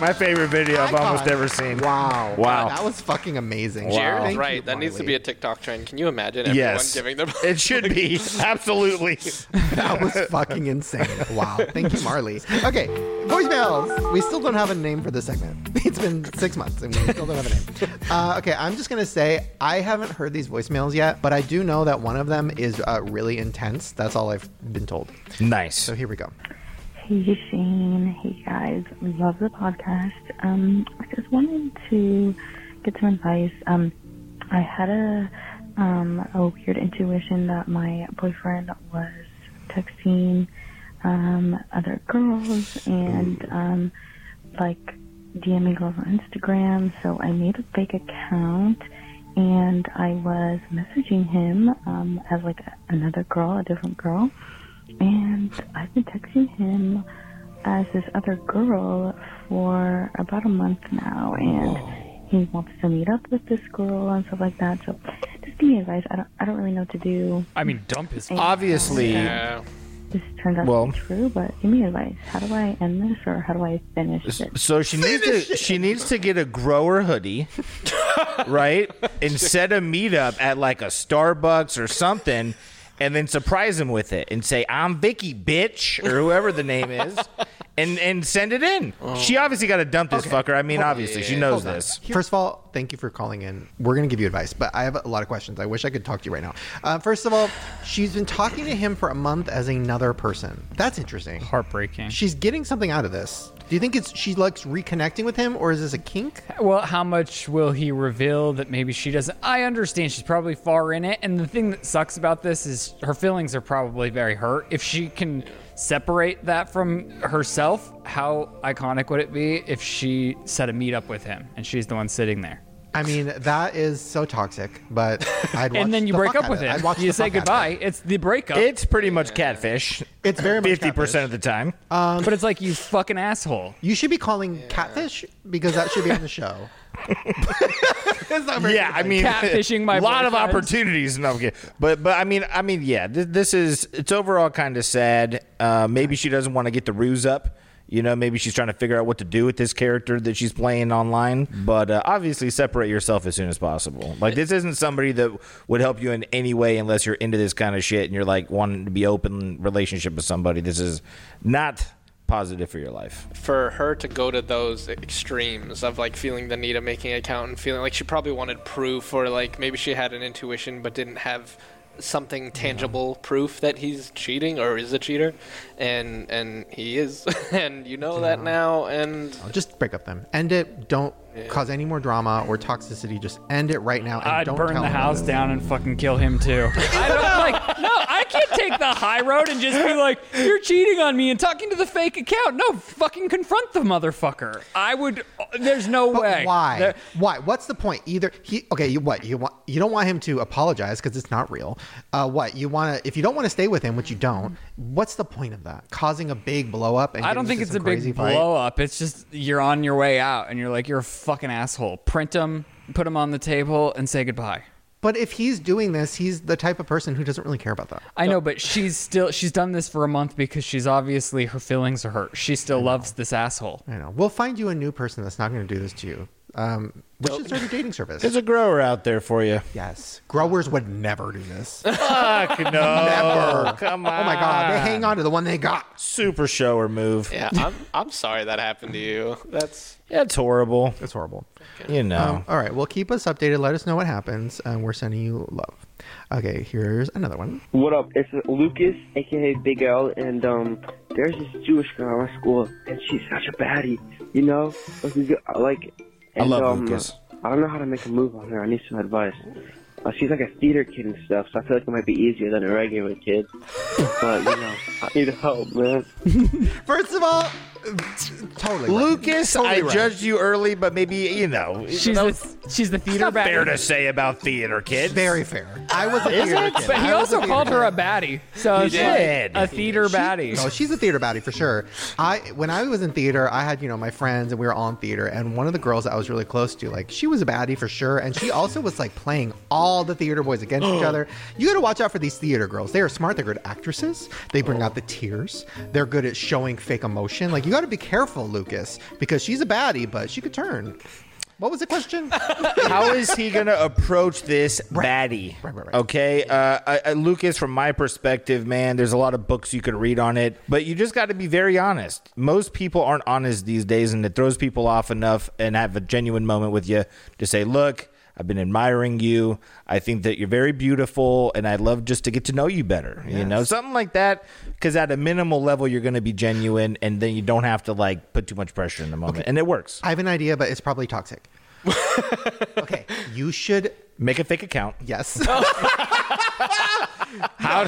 Speaker 3: My favorite video I've almost ever seen.
Speaker 1: Wow.
Speaker 3: Wow.
Speaker 1: that was fucking amazing.
Speaker 3: Jared,
Speaker 1: Thank
Speaker 4: Jared's
Speaker 1: you,
Speaker 4: right. That needs to be a
Speaker 1: Marley.
Speaker 4: TikTok trend. Can you imagine everyone
Speaker 3: Yes.
Speaker 4: giving them?
Speaker 3: it should be. Absolutely.
Speaker 1: That was fucking insane. Wow. Thank you, Marley. Okay, voicemails. We still don't have a name for this segment. It's been six months and we still don't have a name. Uh, okay, I'm just gonna say I haven't heard these voicemails yet, but I do know that one of them is uh, really intense. That's all I've been told.
Speaker 3: nice.
Speaker 1: So here we go.
Speaker 9: Hey Shane, hey guys, love the podcast. Um, I just wanted to get some advice. Um, I had a um a weird intuition that my boyfriend was texting um other girls and um like DMing girls on Instagram. So I made a fake account and I was messaging him um as like a- another girl, a different girl. And I've been texting him as this other girl for about a month now, and he wants to meet up with this girl and stuff like that. So, just give me advice. I don't, I don't really know what to do.
Speaker 2: I mean, dump is
Speaker 3: Obviously,
Speaker 4: yeah.
Speaker 9: This turns out
Speaker 3: Well-
Speaker 9: to be true, but give me advice. How do I end this, or how do I finish this?
Speaker 3: So she needs to she needs to get a grower hoodie, right? And set a meetup at like a Starbucks or something, and then surprise him with it and say, "I'm Vicky, bitch," or whoever the name is, and and send it in.
Speaker 1: Oh.
Speaker 3: She obviously got to dump this fucker. I mean, obviously she knows this.
Speaker 1: First of all, thank you for calling in. We're going to give you advice, but I have a lot of questions. I wish I could talk to you right now. Uh, first of all, she's been talking to him for a month as another person. That's interesting.
Speaker 2: heartbreaking.
Speaker 1: She's getting something out of this. Do you think it's she likes reconnecting with him, or is this a kink?
Speaker 2: Well, how much will he reveal that maybe she doesn't? I understand she's probably far in it, and the thing that sucks about this is her feelings are probably very hurt. If she can separate that from herself, how iconic would it be if she set a meet up with him and she's the one sitting there?
Speaker 1: I mean, that is so toxic. But I'd watch
Speaker 2: and then you
Speaker 1: the
Speaker 2: break
Speaker 1: fuck
Speaker 2: up
Speaker 1: out
Speaker 2: with
Speaker 1: of it.
Speaker 2: him.
Speaker 1: I'd watch
Speaker 2: You
Speaker 1: the
Speaker 2: say
Speaker 1: fuck out of
Speaker 2: goodbye.
Speaker 1: it.
Speaker 2: It's the breakup,
Speaker 3: It's pretty much catfish.
Speaker 1: It's very much
Speaker 3: Fifty percent
Speaker 1: catfish.
Speaker 3: of the time.
Speaker 2: but it's like you fucking asshole.
Speaker 1: You should be calling catfish because that should be on the show. It's not very
Speaker 3: yeah, I mean,
Speaker 2: Catfishing my
Speaker 3: a lot of
Speaker 2: boyfriends.
Speaker 3: opportunities. No, I'm kidding. but but I mean, I mean, yeah, this, this is it's overall kind of sad. Uh, maybe she doesn't want to get the ruse up. You know, maybe she's trying to figure out what to do with this character that she's playing online. But uh, obviously, separate yourself as soon as possible. Like this isn't somebody that would help you in any way unless you're into this kind of shit and you're like wanting to be open relationship with somebody. This is not positive for your life.
Speaker 4: For her to go to those extremes of like feeling the need of making an account and feeling like she probably wanted proof, or like maybe she had an intuition but didn't have something tangible proof that he's cheating or is a cheater, and and he is, and you know that now, and
Speaker 1: Just break up them. End it. Don't cause any more drama or toxicity. Just end it right now. And
Speaker 2: I'd
Speaker 1: don't
Speaker 2: burn
Speaker 1: tell
Speaker 2: the
Speaker 1: him.
Speaker 2: house down and fucking kill him too. I don't like no, I can't take the high road and just be like, you're cheating on me and talking to the fake account. No, fucking confront the motherfucker. I would there's no
Speaker 1: But
Speaker 2: way.
Speaker 1: Why?
Speaker 2: There-
Speaker 1: why? What's the point? Either he okay, you what you want? You don't want him to apologize because it's not real. Uh, what you want to? If you don't want to stay with him, which you don't, what's the point of that? Causing a big blow up? And
Speaker 2: I don't
Speaker 1: getting
Speaker 2: think
Speaker 1: into
Speaker 2: it's a
Speaker 1: some crazy
Speaker 2: big
Speaker 1: fight?
Speaker 2: blow up. It's just you're on your way out and you're like, you're a fucking asshole. Print them, put them on the table, and say goodbye.
Speaker 1: But if he's doing this, he's the type of person who doesn't really care about that.
Speaker 2: I know, but she's still she's done this for a month because she's obviously her feelings are hurt. She still loves this asshole.
Speaker 1: I know. We'll find you a new person that's not going to do this to you. Um, we should start a dating service.
Speaker 3: There's a grower out there for you.
Speaker 1: yes, growers would never do this. Never.
Speaker 3: Fuck no! Come on!
Speaker 1: Oh my god, they hang on to the one they got.
Speaker 3: Super shower move.
Speaker 4: yeah, I'm I'm sorry that happened to you. That's
Speaker 3: Yeah, it's horrible.
Speaker 1: It's horrible.
Speaker 3: You know.
Speaker 1: Um, all right. Well, keep us updated. Let us know what happens. And we're sending you love. Okay. Here's another one.
Speaker 10: What up? It's Lucas, aka Big L, and um, there's this Jewish girl at my school, and she's such a baddie, you know? Like, we go- like and,
Speaker 3: love
Speaker 10: um,
Speaker 3: Lucas.
Speaker 10: I don't know how to make a move on her. I need some advice. Uh, she's like a theater kid and stuff, so I feel like it might be easier than a regular kid. but you know, I need help, man.
Speaker 1: First of all, totally. right.
Speaker 3: Lucas,
Speaker 1: Totally
Speaker 3: I
Speaker 1: right.
Speaker 3: judged you early, but maybe you know.
Speaker 2: She's
Speaker 3: that
Speaker 2: a
Speaker 3: was-
Speaker 2: She's the theater
Speaker 3: Not fair
Speaker 2: baddie.
Speaker 3: to say about theater kids.
Speaker 1: Very fair. I was a
Speaker 3: Is
Speaker 1: theater
Speaker 3: it?
Speaker 1: kid.
Speaker 2: But he
Speaker 1: I was a
Speaker 2: also
Speaker 1: theater
Speaker 2: called her
Speaker 1: kid.
Speaker 2: a baddie. So
Speaker 3: He
Speaker 2: it's
Speaker 3: did.
Speaker 2: like a theater baddie.
Speaker 1: No, Oh, she's a theater baddie for sure. I when I was in theater, I had you know my friends and we were all in theater, and one of the girls that I was really close to, like she was a baddie for sure, and she also was like playing all the theater boys against each other. You got to watch out for these theater girls. They are smart. They're good actresses. They bring out the tears. They're good at showing fake emotion. Like you got to be careful, Lucas, because she's a baddie, but she could turn. What was the question?
Speaker 3: How is he going to approach this baddie?
Speaker 1: Right, right, right.
Speaker 3: Okay, uh, I, I, Lucas. From my perspective, man, there's a lot of books you could read on it, but you just got to be very honest. Most people aren't honest these days, and it throws people off enough. And have a genuine moment with you to say, "Look, I've been admiring you. I think that you're very beautiful, and I'd love just to get to know you better. You know, something like that. Because at a minimal level, you're going to be genuine, and then you don't have to like put too much pressure in the moment, and it works.
Speaker 1: I have an idea, but it's probably toxic. okay, you should.
Speaker 3: Make a fake account.
Speaker 1: Yes.
Speaker 3: How?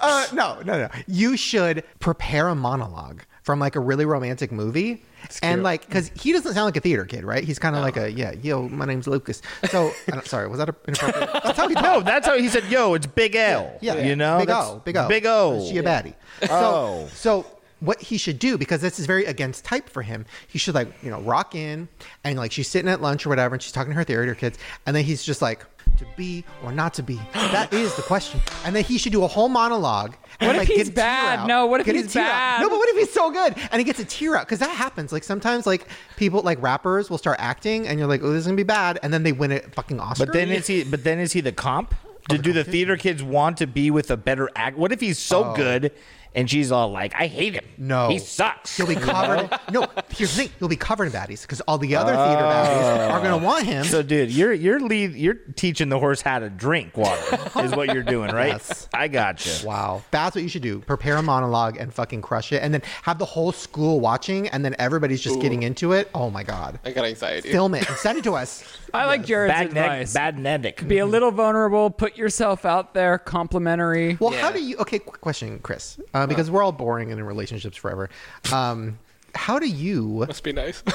Speaker 1: Uh, no, no, no. You should prepare a monologue from like a really romantic movie. And like, because he doesn't sound like a theater kid, right? He's kind of like a, yeah, yo, my name's Lucas. So, I don't, sorry, was that a, inappropriate? That's how he
Speaker 3: No,
Speaker 1: talks.
Speaker 3: that's how he said, "Yo, it's Big L."
Speaker 1: Yeah,
Speaker 3: you know,
Speaker 1: Big
Speaker 3: That's-
Speaker 1: O, Big O,
Speaker 3: Big O.
Speaker 1: Is she a baddie?
Speaker 3: Oh.
Speaker 1: So, so what he should do because this is very against type for him, he should like you know rock in and like she's sitting at lunch or whatever, and she's talking to her theater kids, and then he's just like to be or not to be. That is the question. And then he should do a whole monologue. And,
Speaker 2: What if
Speaker 1: like,
Speaker 2: he's
Speaker 1: get a tear
Speaker 2: bad?
Speaker 1: out.
Speaker 2: No, what if
Speaker 1: Get a
Speaker 2: he's
Speaker 1: tear out.
Speaker 2: bad?
Speaker 1: No, but what if he's so good and he gets a tear out? Because that happens. Like sometimes, like people, like rappers will start acting, and you're like, oh, this is gonna be bad, and then they win a fucking Oscar.
Speaker 3: But then is he? But then is he the comp? Do, do the theater kids want to be with a better act? What if he's so good and she's all like, "I hate him.
Speaker 1: Oh. No.
Speaker 3: he sucks."
Speaker 1: You'll be covered. no, here's the thing. You'll be covered in baddies because all the other theater baddies are going to want him.
Speaker 3: Ah. So, dude, you're you're lead, you're teaching the horse how to drink water is what you're doing, right?
Speaker 1: Yes.
Speaker 3: I gotcha.
Speaker 1: wow. That's what you should do. Prepare a monologue and fucking crush it. And then have the whole school watching and then everybody's just getting into it. Oh my God.
Speaker 4: I got anxiety.
Speaker 1: Film it and send it to us.
Speaker 2: I like Jared's
Speaker 3: Bad neck,
Speaker 2: advice.
Speaker 3: bad neck.
Speaker 2: Be a little vulnerable. Put yourself out there. Complimentary.
Speaker 1: Well, how do you. Okay, quick question, Chris. Uh, because we're all boring and in relationships forever. Um, how do you.
Speaker 4: Must be nice.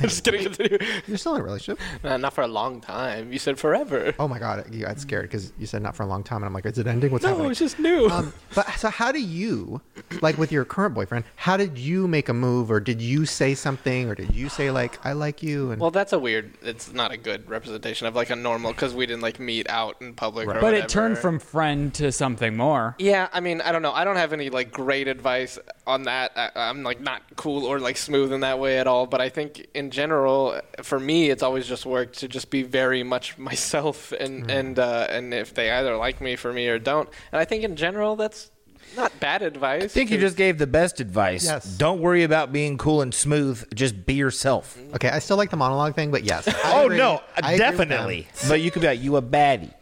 Speaker 4: I'm just kidding. Continue.
Speaker 1: You're still in a relationship.
Speaker 4: Nah, not for a long time. You said forever.
Speaker 1: Oh my God. You got scared because you said not for a long time. And I'm like, is it ending? What's happening?
Speaker 4: no, it's just new.
Speaker 1: Um, but so, how do you, like with your current boyfriend, how did you make a move, or did you say something, or did you say like "I like you"? And
Speaker 4: well, that's a weird. It's not a good representation of like a normal because we didn't like meet out in public. Or
Speaker 2: but
Speaker 4: whatever.
Speaker 2: it turned from friend to something more.
Speaker 4: Yeah, I mean, I don't know. I don't have any like great advice on that. I, I'm like not cool or like smooth in that way at all. But I think in general, for me, it's always just worked to just be very much myself, and and uh, and if they either like me for me or don't. And I think in general, that's not bad advice.
Speaker 3: I think you just gave the best advice.
Speaker 1: Yes.
Speaker 3: Don't worry about being cool and smooth. Just be yourself.
Speaker 1: okay, I still like the monologue thing, but yes. I
Speaker 3: oh
Speaker 1: agree. I
Speaker 3: no,
Speaker 1: agree with them.
Speaker 3: definitely. But you could be like, you a baddie.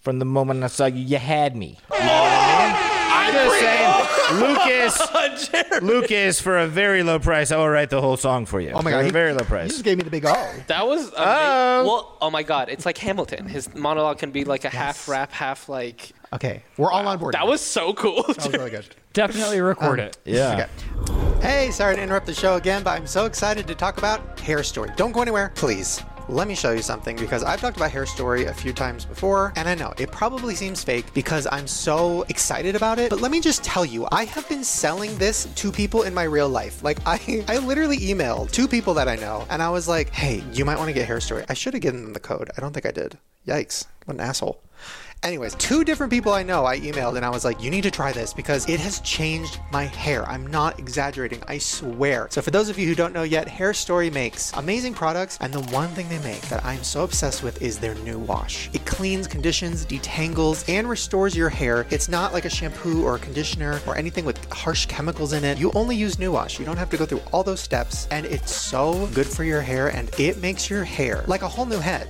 Speaker 3: From the moment I saw you, you had me. You know what I mean? I'm just saying, Lucas. Lucas, for a very low price, I will write the whole song for you.
Speaker 1: Oh my
Speaker 3: for
Speaker 1: god,
Speaker 3: a
Speaker 1: he-
Speaker 3: very low
Speaker 1: You
Speaker 3: price.
Speaker 1: just gave me the big O.
Speaker 4: That was amazing. well. Oh my god, it's like Hamilton. His monologue can be like a half rap, half like.
Speaker 1: Okay, we're all on board.
Speaker 4: That
Speaker 1: now.
Speaker 4: was so cool.
Speaker 1: that was really good.
Speaker 2: Definitely record it.
Speaker 3: Yeah.
Speaker 8: Hey, sorry to interrupt the show again, but I'm so excited to talk about Hair Story. Don't go anywhere, please. Let me show you something because I've talked about Hair Story a few times before, and I know it probably seems fake because I'm so excited about it. But let me just tell you, I have been selling this to people in my real life. Like I, I literally emailed two people that I know, and I was like, "Hey, you might want to get Hair Story." I should have given them the code. I don't think I did. Yikes! What an asshole. Anyways, two different people I know I emailed and I was like, you need to try this because it has changed my hair. I'm not exaggerating, I swear. So, for those of you who don't know yet, Hair Story makes amazing products, and the one thing they make that I'm so obsessed with is their new wash. It cleans, conditions, detangles, and restores your hair. It's not like a shampoo or a conditioner or anything with harsh chemicals in it. You only use new wash, you don't have to go through all those steps, and it's so good for your hair and it makes your hair like a whole new head.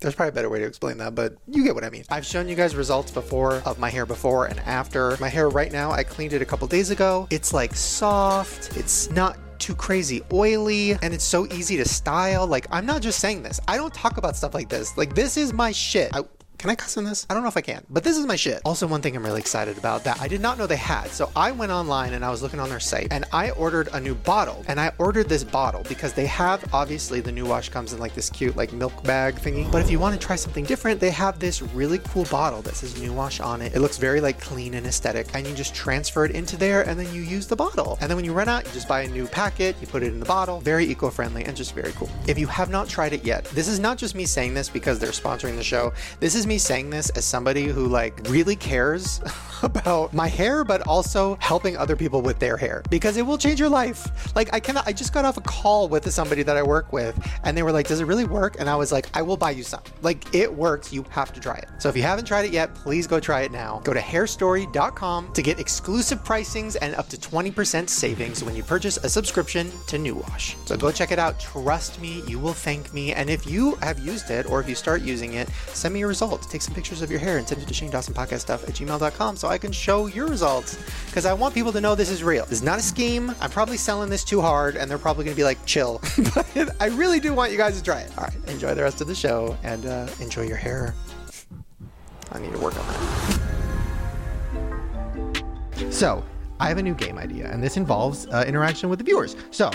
Speaker 8: There's probably a better way to explain that, but you get what I mean. I've shown you guys results before of my hair before and after. My hair right now, I cleaned it a couple days ago. It's like soft, it's not too crazy oily, and it's so easy to style. Like, I'm not just saying this. I don't talk about stuff like this. Like, this is my shit. I- Can I cuss in this? I don't know if I can, but this is my shit. Also, one thing I'm really excited about that I did not know they had. So I went online and I was looking on their site and I ordered a new bottle. And I ordered this bottle because they have obviously the new wash comes in like this cute like milk bag thingy. But if you want to try something different, they have this really cool bottle that says new wash on it. It looks very like clean and aesthetic. And you just transfer it into there and then you use the bottle. And then when you run out, you just buy a new packet, you put it in the bottle. Very eco friendly and just very cool. If you have not tried it yet, this is not just me saying this because they're sponsoring the show. This is me saying this as somebody who like really cares about my hair, but also helping other people with their hair because it will change your life. Like I cannot, I just got off a call with somebody that I work with and they were like, does it really work? And I was like, I will buy you some. Like it works. You have to try it. So if you haven't tried it yet, please go try it now. Go to hairstory.com to get exclusive pricings and up to 20% savings when you purchase a subscription to New Wash. So go check it out. Trust me, you will thank me. And if you have used it or if you start using it, send me your results. Take some pictures of your hair and send it to Shane Dawson Podcast Stuff at gmail.com so I can show your results because I want people to know this is real. This is not a scheme. I'm probably selling this too hard and they're probably going to be like, chill. but I really do want you guys to try it. All right. Enjoy the rest of the show and uh, enjoy your hair. I need to work on that.
Speaker 1: So, I have a new game idea, and this involves uh, interaction with the viewers. So,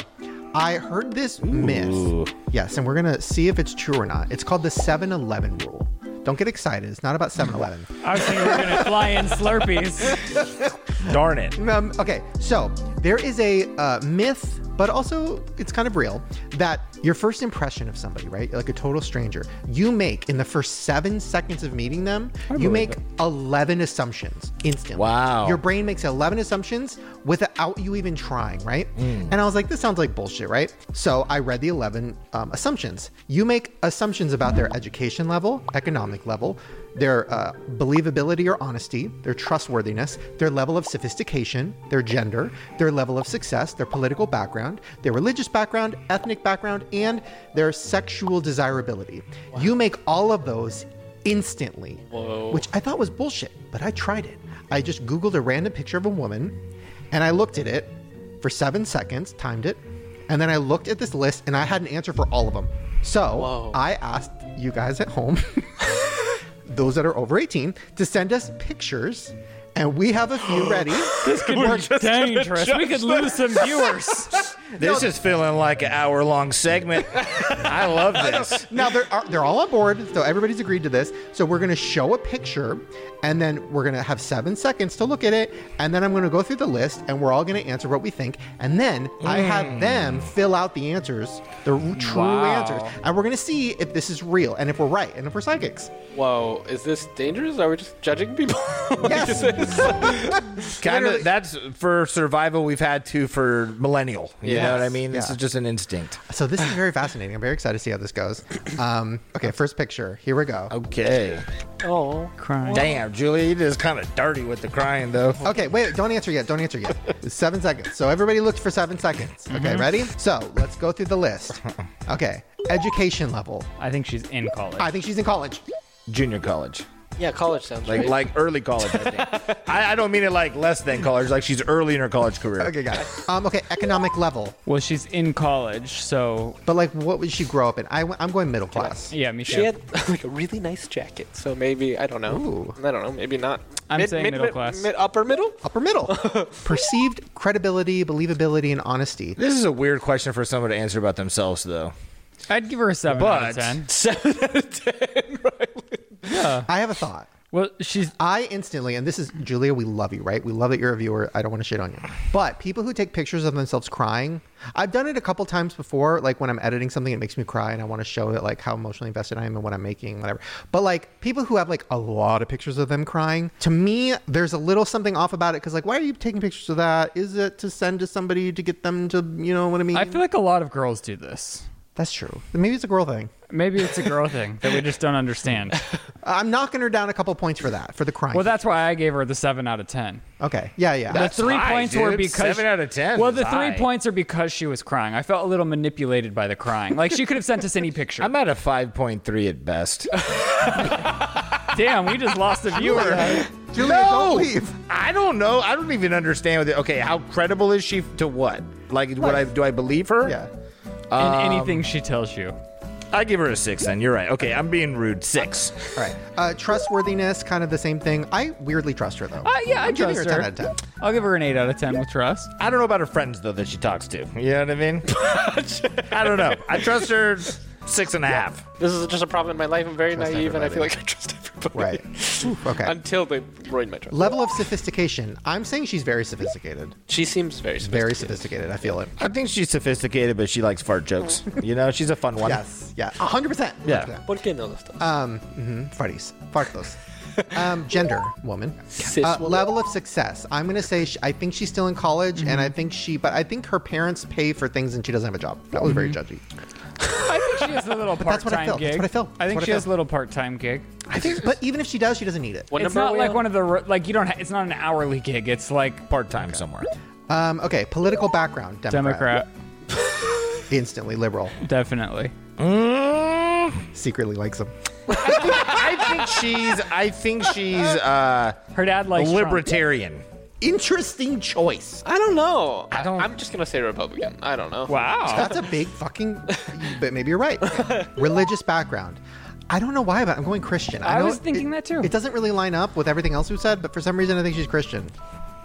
Speaker 1: I heard this myth. Yes, and we're going to see if it's true or not. It's called the 7 Eleven rule. Don't get excited. It's not about 7 Eleven.
Speaker 2: I was thinking we are gonna fly in Slurpees.
Speaker 3: Darn it.
Speaker 1: Um, okay, so there is a uh, myth, but also it's kind of real, that your first impression of somebody, right, like a total stranger, you make in the first seven seconds of meeting them, you
Speaker 3: believe
Speaker 1: make
Speaker 3: it.
Speaker 1: 11 assumptions instantly.
Speaker 3: Wow.
Speaker 1: Your brain makes 11 assumptions without you even trying, right? And I was like, this sounds like bullshit, right? So I read the 11 um, assumptions. You make assumptions about their education level, economic level, their uh, believability or honesty, their trustworthiness, their level of sophistication, their gender, their level of success, their political background, their religious background, ethnic background, and their sexual desirability. You make all of those instantly, which I thought was bullshit, but I tried it. I just Googled a random picture of a woman and I looked at it for seven seconds, timed it, and then I looked at this list and I had an answer for all of them. So I asked you guys at home, those that are over 18, to send us pictures. And we have a few ready.
Speaker 2: This could
Speaker 3: We're
Speaker 2: be
Speaker 3: just gonna
Speaker 2: dangerous. We
Speaker 3: judge
Speaker 2: could lose some viewers.
Speaker 3: This is feeling like an hour long segment. I love this.
Speaker 1: now they're are- they're all on board, so everybody's agreed to this. So we're gonna show a picture, and then we're gonna have seven seconds to look at it, and then I'm gonna go through the list, and we're all gonna answer what we think, and then I have them fill out the answers, the r- true
Speaker 2: Wow.
Speaker 1: answers, and we're gonna see if this is real, and if we're right, and if we're psychics.
Speaker 4: Whoa, is this dangerous? Are we just judging people? Like,
Speaker 1: Yes.
Speaker 4: is this-
Speaker 3: Kind of that's for survival we've had to for millennial. You know what I mean? This
Speaker 1: Yeah.
Speaker 3: is just an instinct.
Speaker 1: So this is very fascinating. I'm very excited to see how this goes. Um, okay, first picture. Here we go.
Speaker 3: Okay.
Speaker 2: Oh, crying.
Speaker 3: Damn, Julia, you just kind of dirty with the crying though.
Speaker 1: Okay, wait, don't answer yet. Don't answer yet. It's seven seconds. So everybody looked for seven seconds. Okay, ready? So let's go through the list. Okay, education level.
Speaker 2: I think she's in college.
Speaker 1: I think she's in college.
Speaker 3: Junior college.
Speaker 4: yeah, college sounds
Speaker 3: Like
Speaker 4: right.
Speaker 3: like early college, I think. I, I don't mean it like less than college, like she's early in her college career.
Speaker 1: Okay, got it. Um, okay, economic level.
Speaker 2: Well, she's in college, so
Speaker 1: But like, what would she grow up in? I, am going middle class.
Speaker 2: yeah, me
Speaker 4: She
Speaker 2: too.
Speaker 4: had like a really nice jacket, so maybe I don't know.
Speaker 1: Ooh.
Speaker 4: I don't know. Maybe not.
Speaker 2: I'm saying middle class.
Speaker 4: mid, upper middle.
Speaker 1: Upper middle. Perceived credibility, believability, and honesty.
Speaker 3: This is a weird question for someone to answer about themselves though.
Speaker 2: I'd give her a seven out of
Speaker 3: But
Speaker 2: ten.
Speaker 1: I have a thought.
Speaker 2: Well, she's
Speaker 1: I instantly, and this is Julia, we love you, right? We love that you're a viewer. I don't want to shit on you. But people who take pictures of themselves crying, I've done it a couple times before. Like when I'm editing something, it makes me cry and I want to show that like how emotionally invested I am in what I'm making, whatever. But like people who have like a lot of pictures of them crying, to me, there's a little something off about it because like, why are you taking pictures of that? Is it to send to somebody to get them to, you know what I mean?
Speaker 2: I feel like a lot of girls do this.
Speaker 1: That's true. Maybe it's a girl thing.
Speaker 2: Maybe it's a girl thing that we just don't understand.
Speaker 1: I'm knocking her down a couple points for that, for the crying.
Speaker 2: Well, that's why I gave her the seven out of ten.
Speaker 1: okay. Yeah, yeah.
Speaker 2: The
Speaker 3: That's
Speaker 2: three
Speaker 3: high,
Speaker 2: points were
Speaker 3: dude.
Speaker 2: because
Speaker 3: Seven out of 10
Speaker 2: Well,
Speaker 3: is
Speaker 2: the three
Speaker 3: high.
Speaker 2: points are because she was crying. I felt a little manipulated by the crying. Like she could have sent us any picture.
Speaker 3: I'm at a five point three at best.
Speaker 2: Damn, we just lost a viewer.
Speaker 1: Julia, don't leave.
Speaker 3: I don't know. I don't even understand. What the, okay, how credible is she to what? Like, what I do I believe her?
Speaker 1: Yeah.
Speaker 2: in anything she tells you.
Speaker 3: I give her a six then. You're right. Okay, I'm being rude. Six.
Speaker 1: All right. Uh, trustworthiness, kind of the same thing. I weirdly trust her though.
Speaker 2: Uh, yeah, I
Speaker 1: I'm giving
Speaker 2: trust
Speaker 1: her.
Speaker 2: her.
Speaker 1: a 10 out of 10.
Speaker 2: I'll give her an 8 out of 10 with trust.
Speaker 3: I don't know about her friends though that she talks to. You know what I mean? I don't know. I trust her six and a half.
Speaker 4: This is just a problem in my life. I'm very
Speaker 1: Trust
Speaker 4: naive, and I feel
Speaker 1: everybody.
Speaker 4: like I trust everybody.
Speaker 1: Right. Oof, okay.
Speaker 4: Until they ruin my trust.
Speaker 1: Level of sophistication. I'm saying she's very sophisticated.
Speaker 4: She seems very sophisticated.
Speaker 1: Very sophisticated. I feel it.
Speaker 3: I think she's sophisticated, but she likes fart jokes. You know, she's a fun one.
Speaker 1: Yes. Yeah. 100%.
Speaker 3: Yeah.
Speaker 1: 100%.
Speaker 4: Por qué no lo estás?
Speaker 1: Um, mm-hmm, farties. Fartos. Um, gender, woman.
Speaker 4: Cis
Speaker 1: Uh,
Speaker 4: woman.
Speaker 1: level of success. I'm going to say she, I think she's still in college, and I think she, but I think her parents pay for things and she doesn't have a job. That was very judgy.
Speaker 2: I think she has a little
Speaker 1: that's what I
Speaker 2: part-time
Speaker 1: felt.
Speaker 2: gig.
Speaker 1: That's what I felt.
Speaker 2: I think
Speaker 1: That's what
Speaker 2: she
Speaker 1: I
Speaker 2: has
Speaker 1: felt.
Speaker 2: a little part-time gig.
Speaker 1: I think, but even if she does, she doesn't need it.
Speaker 4: what
Speaker 2: it's
Speaker 4: number
Speaker 2: not
Speaker 4: are we
Speaker 2: like
Speaker 4: on?
Speaker 2: one of the ro- like you don't ha- it's not an hourly gig. It's like
Speaker 3: Part time somewhere.
Speaker 1: Um, okay, political background, Democrat.
Speaker 2: Democrat,
Speaker 1: Instantly liberal.
Speaker 2: definitely.
Speaker 1: Secretly likes him.
Speaker 3: Mm. I think she's. I think she's uh,
Speaker 2: Her dad
Speaker 3: a
Speaker 2: likes Trump.
Speaker 3: libertarian.
Speaker 1: Interesting choice.
Speaker 4: I don't know. I
Speaker 3: don't-
Speaker 4: I'm just gonna say Republican. I don't know.
Speaker 2: Wow.
Speaker 1: That's a big fucking. But maybe you're right. Religious background. I don't know why, but I'm going Christian.
Speaker 2: I
Speaker 1: know
Speaker 2: was thinking
Speaker 1: it-
Speaker 2: that too.
Speaker 1: It doesn't really line up with everything else we've said, but for some reason, I think she's Christian.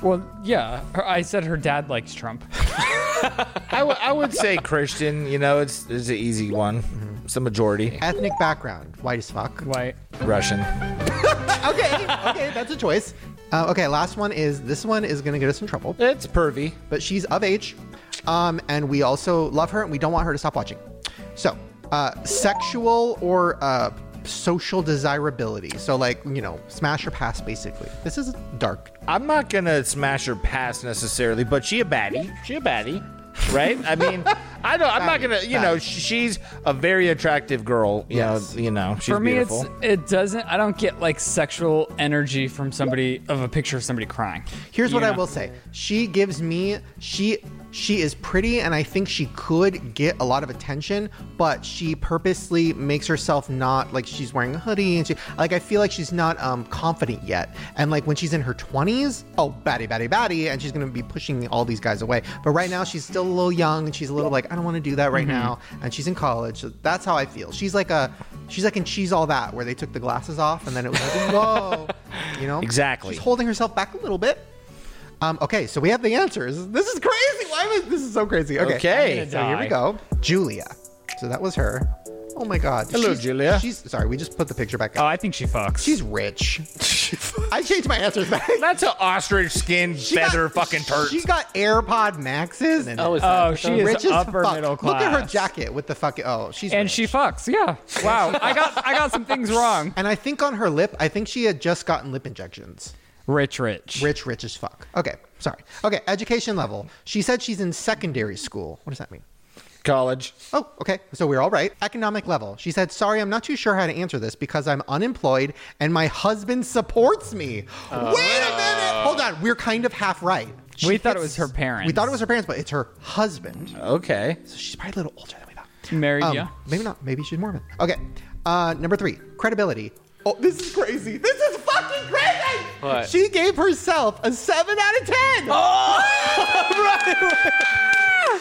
Speaker 2: Well, yeah. Her, I said her dad likes Trump.
Speaker 3: I, w- I would say Christian. You know, it's it's an easy one. It's the majority
Speaker 1: Ethnic background, white as fuck.
Speaker 2: White.
Speaker 3: Russian.
Speaker 1: Okay, okay, that's a choice. Uh, okay, last one is this one is gonna get us in trouble,
Speaker 3: It's pervy.
Speaker 1: but she's of age, um, and we also love her, and we don't want her to stop watching. So, uh, sexual or uh, social desirability. So, like you know, smash or pass, basically. This is dark.
Speaker 3: I'm not gonna smash her past necessarily, but she a baddie. She a baddie, right? I mean, I don't. I'm not gonna. You know, sh- she's a very attractive girl. You
Speaker 1: Yes.
Speaker 3: know, you know, she's
Speaker 2: For me,
Speaker 3: beautiful.
Speaker 2: it's it doesn't. I don't get like sexual energy from somebody of a picture of somebody crying.
Speaker 1: Here's what I
Speaker 2: Yeah.
Speaker 1: will say. She gives me she she is pretty and I think she could get a lot of attention, but she purposely makes herself not like she's wearing a hoodie and she like I feel like she's not um confident yet. And like when she's in her 20s, oh baddie baddie baddie and she's going to be pushing all these guys away. But right now she's still a little young and she's a little like I don't want to do that right now and she's in college. So that's how I feel. She's like a she's like in she's all that where they took the glasses off and then it was like whoa, you know?
Speaker 3: Exactly.
Speaker 1: She's holding herself back a little bit. Um, okay, so we have the answers. This is crazy. Why was this is so crazy? Okay,
Speaker 3: Okay.
Speaker 1: so here we go. Julia. So that was her. Oh my God.
Speaker 3: Hello,
Speaker 1: She's-
Speaker 3: Julia.
Speaker 1: She's sorry. We just put the picture back
Speaker 2: Oh,
Speaker 1: up.
Speaker 2: I think she fucks.
Speaker 1: she's rich. I changed my answers back.
Speaker 3: That's an ostrich skin
Speaker 1: She got-
Speaker 3: feather fucking turd.
Speaker 1: She got AirPod Maxes and
Speaker 4: Oh, is that
Speaker 2: oh, she
Speaker 1: rich
Speaker 2: is
Speaker 1: as
Speaker 2: upper
Speaker 1: fuck.
Speaker 2: middle class.
Speaker 1: Look at her jacket with the fucking. Oh, she's
Speaker 2: And
Speaker 1: rich.
Speaker 2: she fucks. Yeah. Wow. I got I got some things wrong.
Speaker 1: And I think on her lip, I think she had just gotten lip injections.
Speaker 2: Rich, rich.
Speaker 1: Rich, rich as fuck. Okay, sorry. Okay, education level. She said she's in secondary school. What does that mean?
Speaker 3: college.
Speaker 1: Oh, okay. So we're all right. Economic level. She said, Sorry, I'm not too sure how to answer this because I'm unemployed and my husband supports me. Wait a minute. Hold on. We're kind of half right.
Speaker 2: We thought it was her parents.
Speaker 1: We thought it was her parents, but it's her husband.
Speaker 3: Okay.
Speaker 1: So she's probably a little older than we thought.
Speaker 2: Married.
Speaker 1: Um,
Speaker 2: yeah.
Speaker 1: Maybe not. Maybe she's Mormon. Okay. Uh, number three, credibility. Oh, this is crazy. This is fucking crazy.
Speaker 4: What?
Speaker 1: She gave herself a seven out of ten. Oh,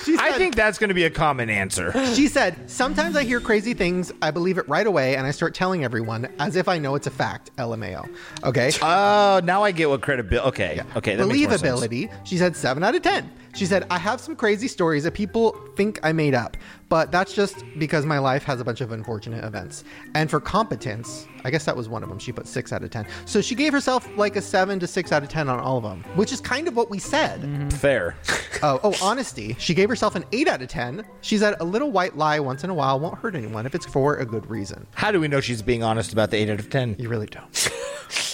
Speaker 1: she said,
Speaker 3: I think that's going to be a common answer.
Speaker 1: She said, Sometimes I hear crazy things, I believe it right away, and I start telling everyone as if I know it's a fact. LMAO. Okay.
Speaker 3: Oh, now I get what credibility. Okay. Okay. That makes more sense.
Speaker 1: Believability. She said 7 out of 10. She said, I have some crazy stories that people think I made up, but that's just because my life has a bunch of unfortunate events. And for competence, I guess that was one of them. She put 6 out of 10. So she gave herself like a 7 to 6 out of 10 on all of them, which is kind of what we said.
Speaker 3: Mm-hmm. Fair.
Speaker 1: Oh, oh, honesty. She gave herself an 8 out of 10. She said, a little white lie once in a while won't hurt anyone if it's for a good reason.
Speaker 3: How do we know she's being honest about the eight out of ten?
Speaker 1: You really don't.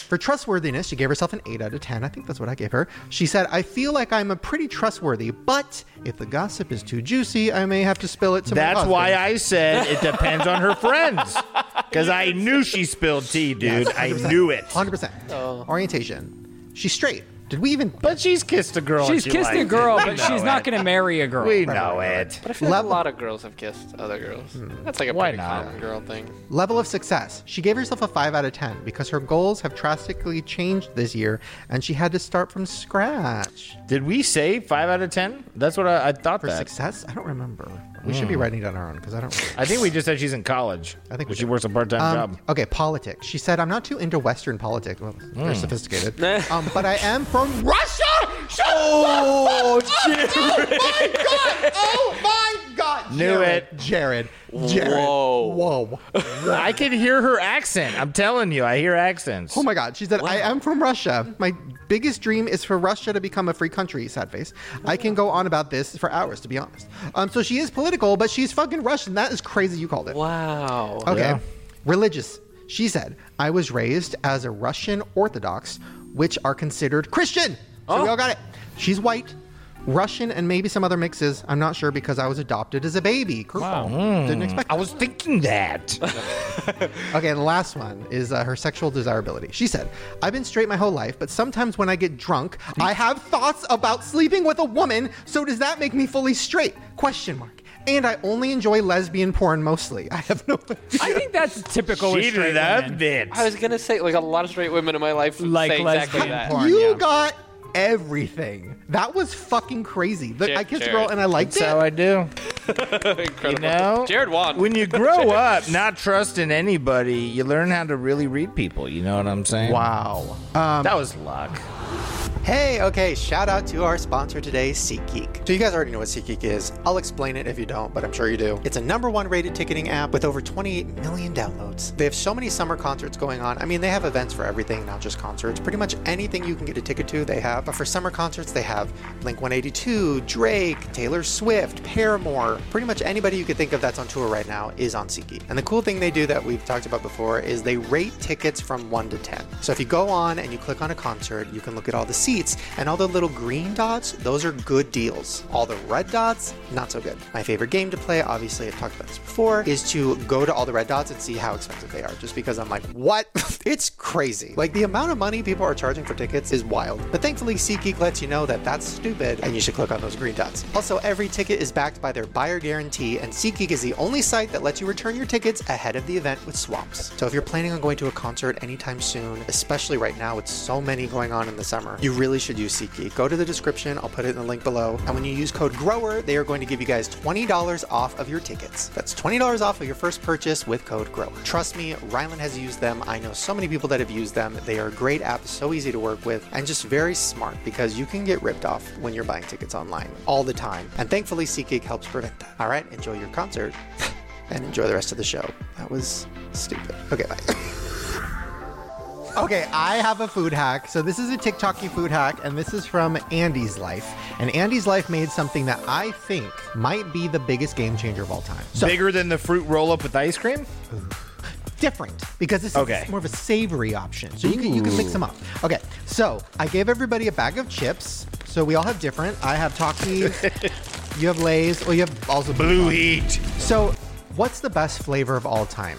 Speaker 1: For trustworthiness, she gave herself an 8 out of 10. I think that's what I gave her. She said, I feel like I'm a pretty trustworthy, but if the gossip is too juicy, I may have to spill it to my
Speaker 3: That's
Speaker 1: husband."
Speaker 3: why I said it depends on her friends. Because I knew she spilled tea, dude. I knew it.
Speaker 1: 100%. Orientation. She's straight. Did we even?
Speaker 3: But she's kissed a
Speaker 1: oh,
Speaker 3: girl.
Speaker 2: She's kissed a girl, but she's not going to marry a girl.
Speaker 3: We know it.
Speaker 4: But I feel like a lot of girls have kissed other girls.
Speaker 1: Hmm.
Speaker 4: That's like a pretty common girl thing.
Speaker 1: Level of success. She gave herself a 5 out of 10 because her goals have drastically changed this year and she had to start from scratch.
Speaker 3: Did we say five out of ten? That's what I, I thought.
Speaker 1: For
Speaker 3: that. Hmm.
Speaker 1: success? I don't remember. We should be writing down our own because I don't remember.
Speaker 3: I think we just said she's in college. I
Speaker 1: think we
Speaker 3: she
Speaker 1: did.
Speaker 3: works a part-time
Speaker 1: Um,
Speaker 3: job.
Speaker 1: okay, politics. She said, I'm not too into Western politics. Well,
Speaker 3: Hmm.
Speaker 1: they're sophisticated. um, but I am from Russia! Shut oh, Jared. my God! Oh, my God!
Speaker 3: Knew
Speaker 1: Jared.
Speaker 3: it.
Speaker 1: Jared. Jared.
Speaker 4: Whoa.
Speaker 1: Whoa.
Speaker 3: I can hear her accent. I'm telling you, I hear accents.
Speaker 1: Oh my God. She said, I am from Russia. My biggest dream is for Russia to become a free country, sad face. I can go on about this for hours, to be honest. Um, so she is political, but she's fucking Russian. That is crazy you called it.
Speaker 4: Wow.
Speaker 1: Okay.
Speaker 3: Yeah.
Speaker 1: Religious. She said, I was raised as a Russian Orthodox, which are considered Christian. So we all got it. She's white, Russian, and maybe some other mixes. I'm not sure because I was adopted as a baby. Wow. Didn't expect
Speaker 3: I was thinking that.
Speaker 1: Okay, the last one is uh, her sexual desirability. She said, I've been straight my whole life, but sometimes when I get drunk, I have thoughts about sleeping with a woman, so does that make me fully straight? Question mark. And I only enjoy lesbian porn mostly. I have no
Speaker 2: I think that's typical with
Speaker 3: she
Speaker 2: straight
Speaker 3: loved
Speaker 2: women.
Speaker 3: it.
Speaker 4: I was gonna say like a lot of straight women in my life
Speaker 2: Like
Speaker 4: say exactly
Speaker 2: lesbian
Speaker 4: that.
Speaker 2: porn.
Speaker 1: You
Speaker 2: yeah.
Speaker 1: got everything. That was fucking crazy. The,
Speaker 4: Shit,
Speaker 1: I kissed a
Speaker 4: Jared.
Speaker 1: girl and I liked
Speaker 3: That's how
Speaker 1: it.
Speaker 3: I do.
Speaker 4: Incredible.
Speaker 3: No.
Speaker 4: Jared won.
Speaker 3: When you grow up not trusting anybody, you learn how to really read people. You know what I'm saying?
Speaker 1: wow. Um,
Speaker 3: That was luck.
Speaker 8: Hey, okay, shout out to our sponsor today, SeatGeek. So, you guys already know what SeatGeek is. I'll explain it if you don't, but I'm sure you do. It's a number one rated ticketing app with over 28 million downloads. They have so many summer concerts going on. I mean, they have events for everything, not just concerts. Pretty much anything you can get a ticket to, they have. But for summer concerts, they have Blink 182, Drake, Taylor Swift, Paramore. Pretty much anybody you could think of that's on tour right now is on SeatGeek. And the cool thing they do that we've talked about before is they rate tickets from 1 to 10. So if you go on and you click on a concert, you can look at all the seats and all the little green dots, those are good deals. All the red dots, not so good. My favorite game to play, obviously I've talked about this before, is to go to all the red dots and see how expensive they are just because I'm like, "What? it's crazy." Like the amount of money people are charging for tickets is wild. But thankfully SeatGeek lets you know that that's stupid and you should click on those green dots. Also, every ticket is backed by their buyer guarantee and SeatGeek is the only site that lets you return your tickets ahead of the event with swaps. So if you're planning on going to a concert anytime soon, especially right now with so many going on in the summer, you really should use SeatGeek. Go to the description, I'll put it in the link below. And when you use code GROWER, they are going to give you guys $20 off of your tickets. That's $20 off of your first purchase with code GROWER. Trust me, Ryland has used them. I know so many people that have used them. They are a great app, so easy to work with, and just very smart because you can get ripped off when you're buying tickets online all the time. And thankfully, SeatGeek helps prevent that. All right, enjoy your concert and enjoy the rest of the show. That was stupid. Okay, bye.
Speaker 1: Okay, I have a food hack. So this is a TikToky food hack, and this is from Andy's Life. And Andy's Life made something that I think might be the biggest game changer of all time. So
Speaker 3: Bigger than the fruit roll up with ice cream?
Speaker 1: different because this
Speaker 3: Okay.
Speaker 1: is more of a savory option. So you can you can mix them up. Okay, so I gave everybody a bag of chips. So we all have different. I have Takis. you have Lay's. Well, you have also
Speaker 3: Blue
Speaker 1: Bonbons.
Speaker 3: heat.
Speaker 1: So, what's the best flavor of all time,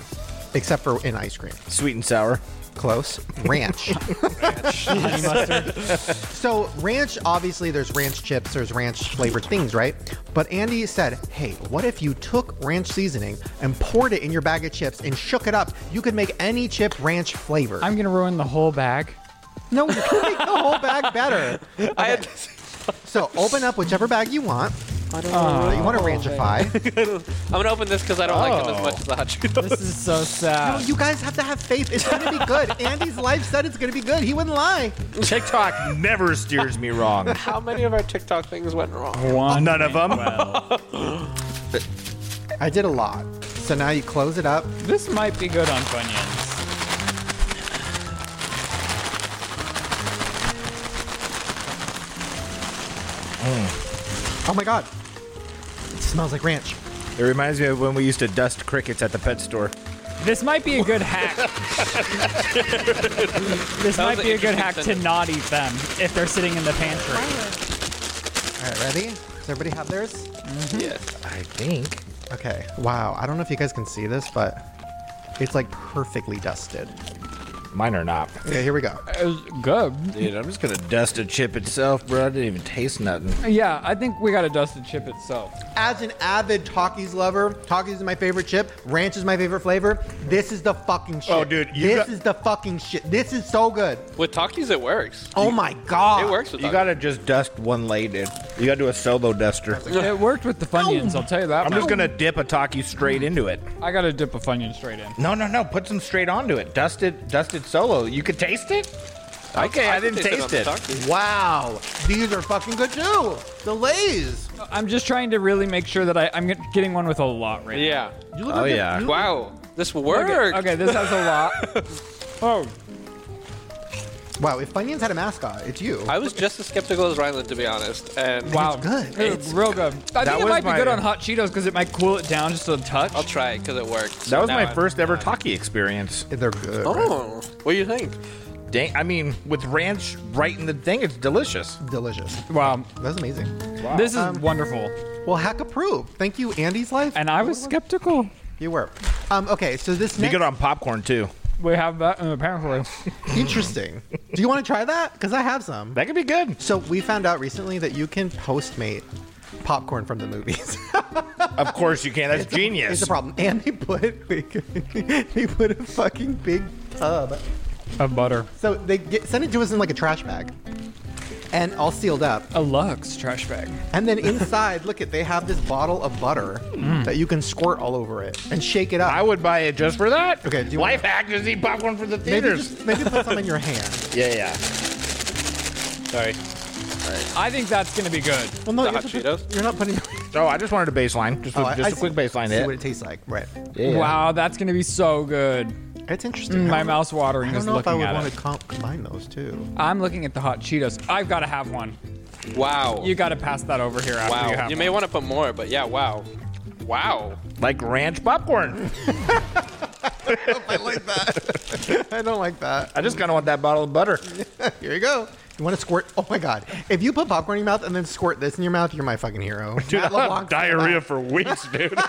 Speaker 1: except for in ice cream?
Speaker 3: Sweet and sour.
Speaker 1: Close. Ranch. so ranch, obviously, there's ranch chips, there's ranch flavored things, right? But Andy said, hey, what if you took ranch seasoning and poured it in your bag of chips and shook it up? You could make any chip ranch flavored.
Speaker 2: I'm going to ruin the whole bag.
Speaker 1: no, you can make the whole bag better.
Speaker 4: I had
Speaker 1: So open up whichever bag you want. Uh, you want to ranchify.
Speaker 4: I'm gonna open this because I don't like
Speaker 3: Oh.
Speaker 4: them as much as the hot Cheetos.
Speaker 2: This is so
Speaker 1: No,
Speaker 2: sad.
Speaker 1: you guys have to have faith. It's going to be good. Andy's life said it's going to be good. He wouldn't lie.
Speaker 3: TikTok never steers me wrong.
Speaker 4: How many of our TikTok things went wrong?
Speaker 2: One.
Speaker 3: None of them.
Speaker 1: I did a lot. So now you close it up.
Speaker 2: This might be good on Funyuns.
Speaker 1: Oh my god. It smells like ranch.
Speaker 3: It reminds me of when we used to dust crickets at the pet store.
Speaker 2: This might be a good hack. this
Speaker 4: That was
Speaker 2: might be a
Speaker 4: an
Speaker 2: good hack to
Speaker 4: interesting
Speaker 2: not eat them if they're sitting in the pantry.
Speaker 1: All right, ready? Does everybody have theirs?
Speaker 4: Yes.
Speaker 3: I think.
Speaker 1: Okay. Wow. I don't know if you guys can see this, but it's like perfectly dusted.
Speaker 3: Mine are not.
Speaker 1: Okay, here we go.
Speaker 2: Good.
Speaker 3: Dude, I'm just gonna dust a chip itself, bro. I didn't even taste nothing.
Speaker 2: Yeah, I think we got a dusted chip itself.
Speaker 1: As an avid Takis lover, Takis is my favorite chip. Ranch is my favorite flavor. This is the fucking shit.
Speaker 3: Oh, dude, you
Speaker 1: this
Speaker 3: got-
Speaker 1: is the fucking shit. This is so good.
Speaker 4: With Takis, it works.
Speaker 1: Oh my god.
Speaker 4: It works with
Speaker 3: You
Speaker 4: Takis.
Speaker 3: gotta just dust one lay, dude. You gotta do a solo duster.
Speaker 2: It worked with the Funyuns, I'll tell you that.
Speaker 3: I'm just
Speaker 2: much.
Speaker 3: gonna dip a taki straight into it.
Speaker 2: I gotta dip a Funyun straight in.
Speaker 3: No, no, no. Put some straight onto it. Dust it. Dust it solo. You could taste it. Okay, I, didn't taste it.
Speaker 4: on the Takis.
Speaker 1: Wow. These are fucking good too. The Lays.
Speaker 2: I'm just trying to really make sure that I, I'm get- getting one with a lot right
Speaker 4: Yeah.
Speaker 1: You look
Speaker 3: Oh,
Speaker 1: like a-
Speaker 3: yeah.
Speaker 1: you look-
Speaker 4: Wow. This
Speaker 2: now.
Speaker 4: worked.
Speaker 2: Okay, okay, this has a lot. oh,
Speaker 1: Wow, if Funyuns had a mascot, it's you.
Speaker 4: I was just as skeptical as Ryland, to be honest. And
Speaker 2: wow.
Speaker 1: It's good.
Speaker 2: It's real good. I
Speaker 3: That
Speaker 2: think it
Speaker 3: was
Speaker 2: might
Speaker 3: my-
Speaker 2: be good on hot Cheetos because it might cool it down just a touch.
Speaker 4: I'll try it because it worked.
Speaker 3: That
Speaker 4: So
Speaker 3: was
Speaker 4: now
Speaker 3: my
Speaker 4: I'm-
Speaker 3: first ever taki experience.
Speaker 1: They're good.
Speaker 4: Oh, what do you think?
Speaker 3: Dang, I mean, with ranch right in the thing, it's delicious.
Speaker 1: Delicious.
Speaker 2: Wow.
Speaker 1: That's amazing.
Speaker 2: This is
Speaker 4: Um,
Speaker 2: wonderful.
Speaker 1: Well, hack approved. Thank you, Andy's life.
Speaker 2: And I was skeptical.
Speaker 1: you were. Um, okay, so this
Speaker 3: You
Speaker 1: next
Speaker 3: good on popcorn too.
Speaker 2: We have that, and apparently.
Speaker 1: interesting. Do you want to try that? Because I have some.
Speaker 3: That could be good.
Speaker 1: So we found out recently that you can postmate popcorn from the movies.
Speaker 3: Of course you can. That's genius.
Speaker 1: it's a problem. And they put they put a fucking big tub.
Speaker 2: A butter.
Speaker 1: So they get, send it to us in like a trash bag, and all sealed up.
Speaker 2: A Lux trash bag.
Speaker 1: And then inside, look at they have this bottle of butter that you can squirt all over it and shake it up.
Speaker 3: Mm. I would buy it just for that.
Speaker 1: Okay, do you
Speaker 3: Life hack: just eat popcorn for the
Speaker 1: maybe
Speaker 3: theaters.
Speaker 1: just- maybe put some in your hand.
Speaker 3: Yeah, yeah.
Speaker 4: Sorry.
Speaker 2: I think that's gonna be good.
Speaker 1: Well, no,
Speaker 4: The
Speaker 1: you
Speaker 4: hot
Speaker 1: have to put-
Speaker 4: Cheetos?
Speaker 1: you're not putting.
Speaker 3: So I just wanted a baseline, just a,
Speaker 1: Oh, I-
Speaker 3: just
Speaker 1: I
Speaker 3: a quick
Speaker 1: see-
Speaker 3: baseline
Speaker 1: See what
Speaker 3: hit.
Speaker 1: it tastes like, right?
Speaker 3: Yeah, Mm, yeah.
Speaker 2: Wow, that's gonna be so good.
Speaker 1: It's interesting. I
Speaker 2: My
Speaker 1: don't-
Speaker 2: mouth's watering
Speaker 1: I
Speaker 2: just
Speaker 1: don't know if I
Speaker 2: looking
Speaker 1: would
Speaker 2: at
Speaker 1: want
Speaker 2: it.
Speaker 1: to comp- combine those two.
Speaker 2: I'm looking at the hot Cheetos. I've got to have one.
Speaker 4: Wow.
Speaker 2: You got to pass that over here after you
Speaker 4: wow.
Speaker 2: have
Speaker 4: You may
Speaker 2: one.
Speaker 4: want to put more, but yeah, wow. Wow.
Speaker 3: Like ranch popcorn.
Speaker 1: I like that. I don't like that.
Speaker 3: I just kind of want that bottle of butter.
Speaker 1: Here you go. You want to squirt? Oh my god! If you put popcorn in your mouth and then squirt this in your mouth, you're my fucking hero.
Speaker 3: Dude,
Speaker 1: Matt
Speaker 3: I'll have
Speaker 1: LeBlanc's
Speaker 3: diarrhea for weeks, dude.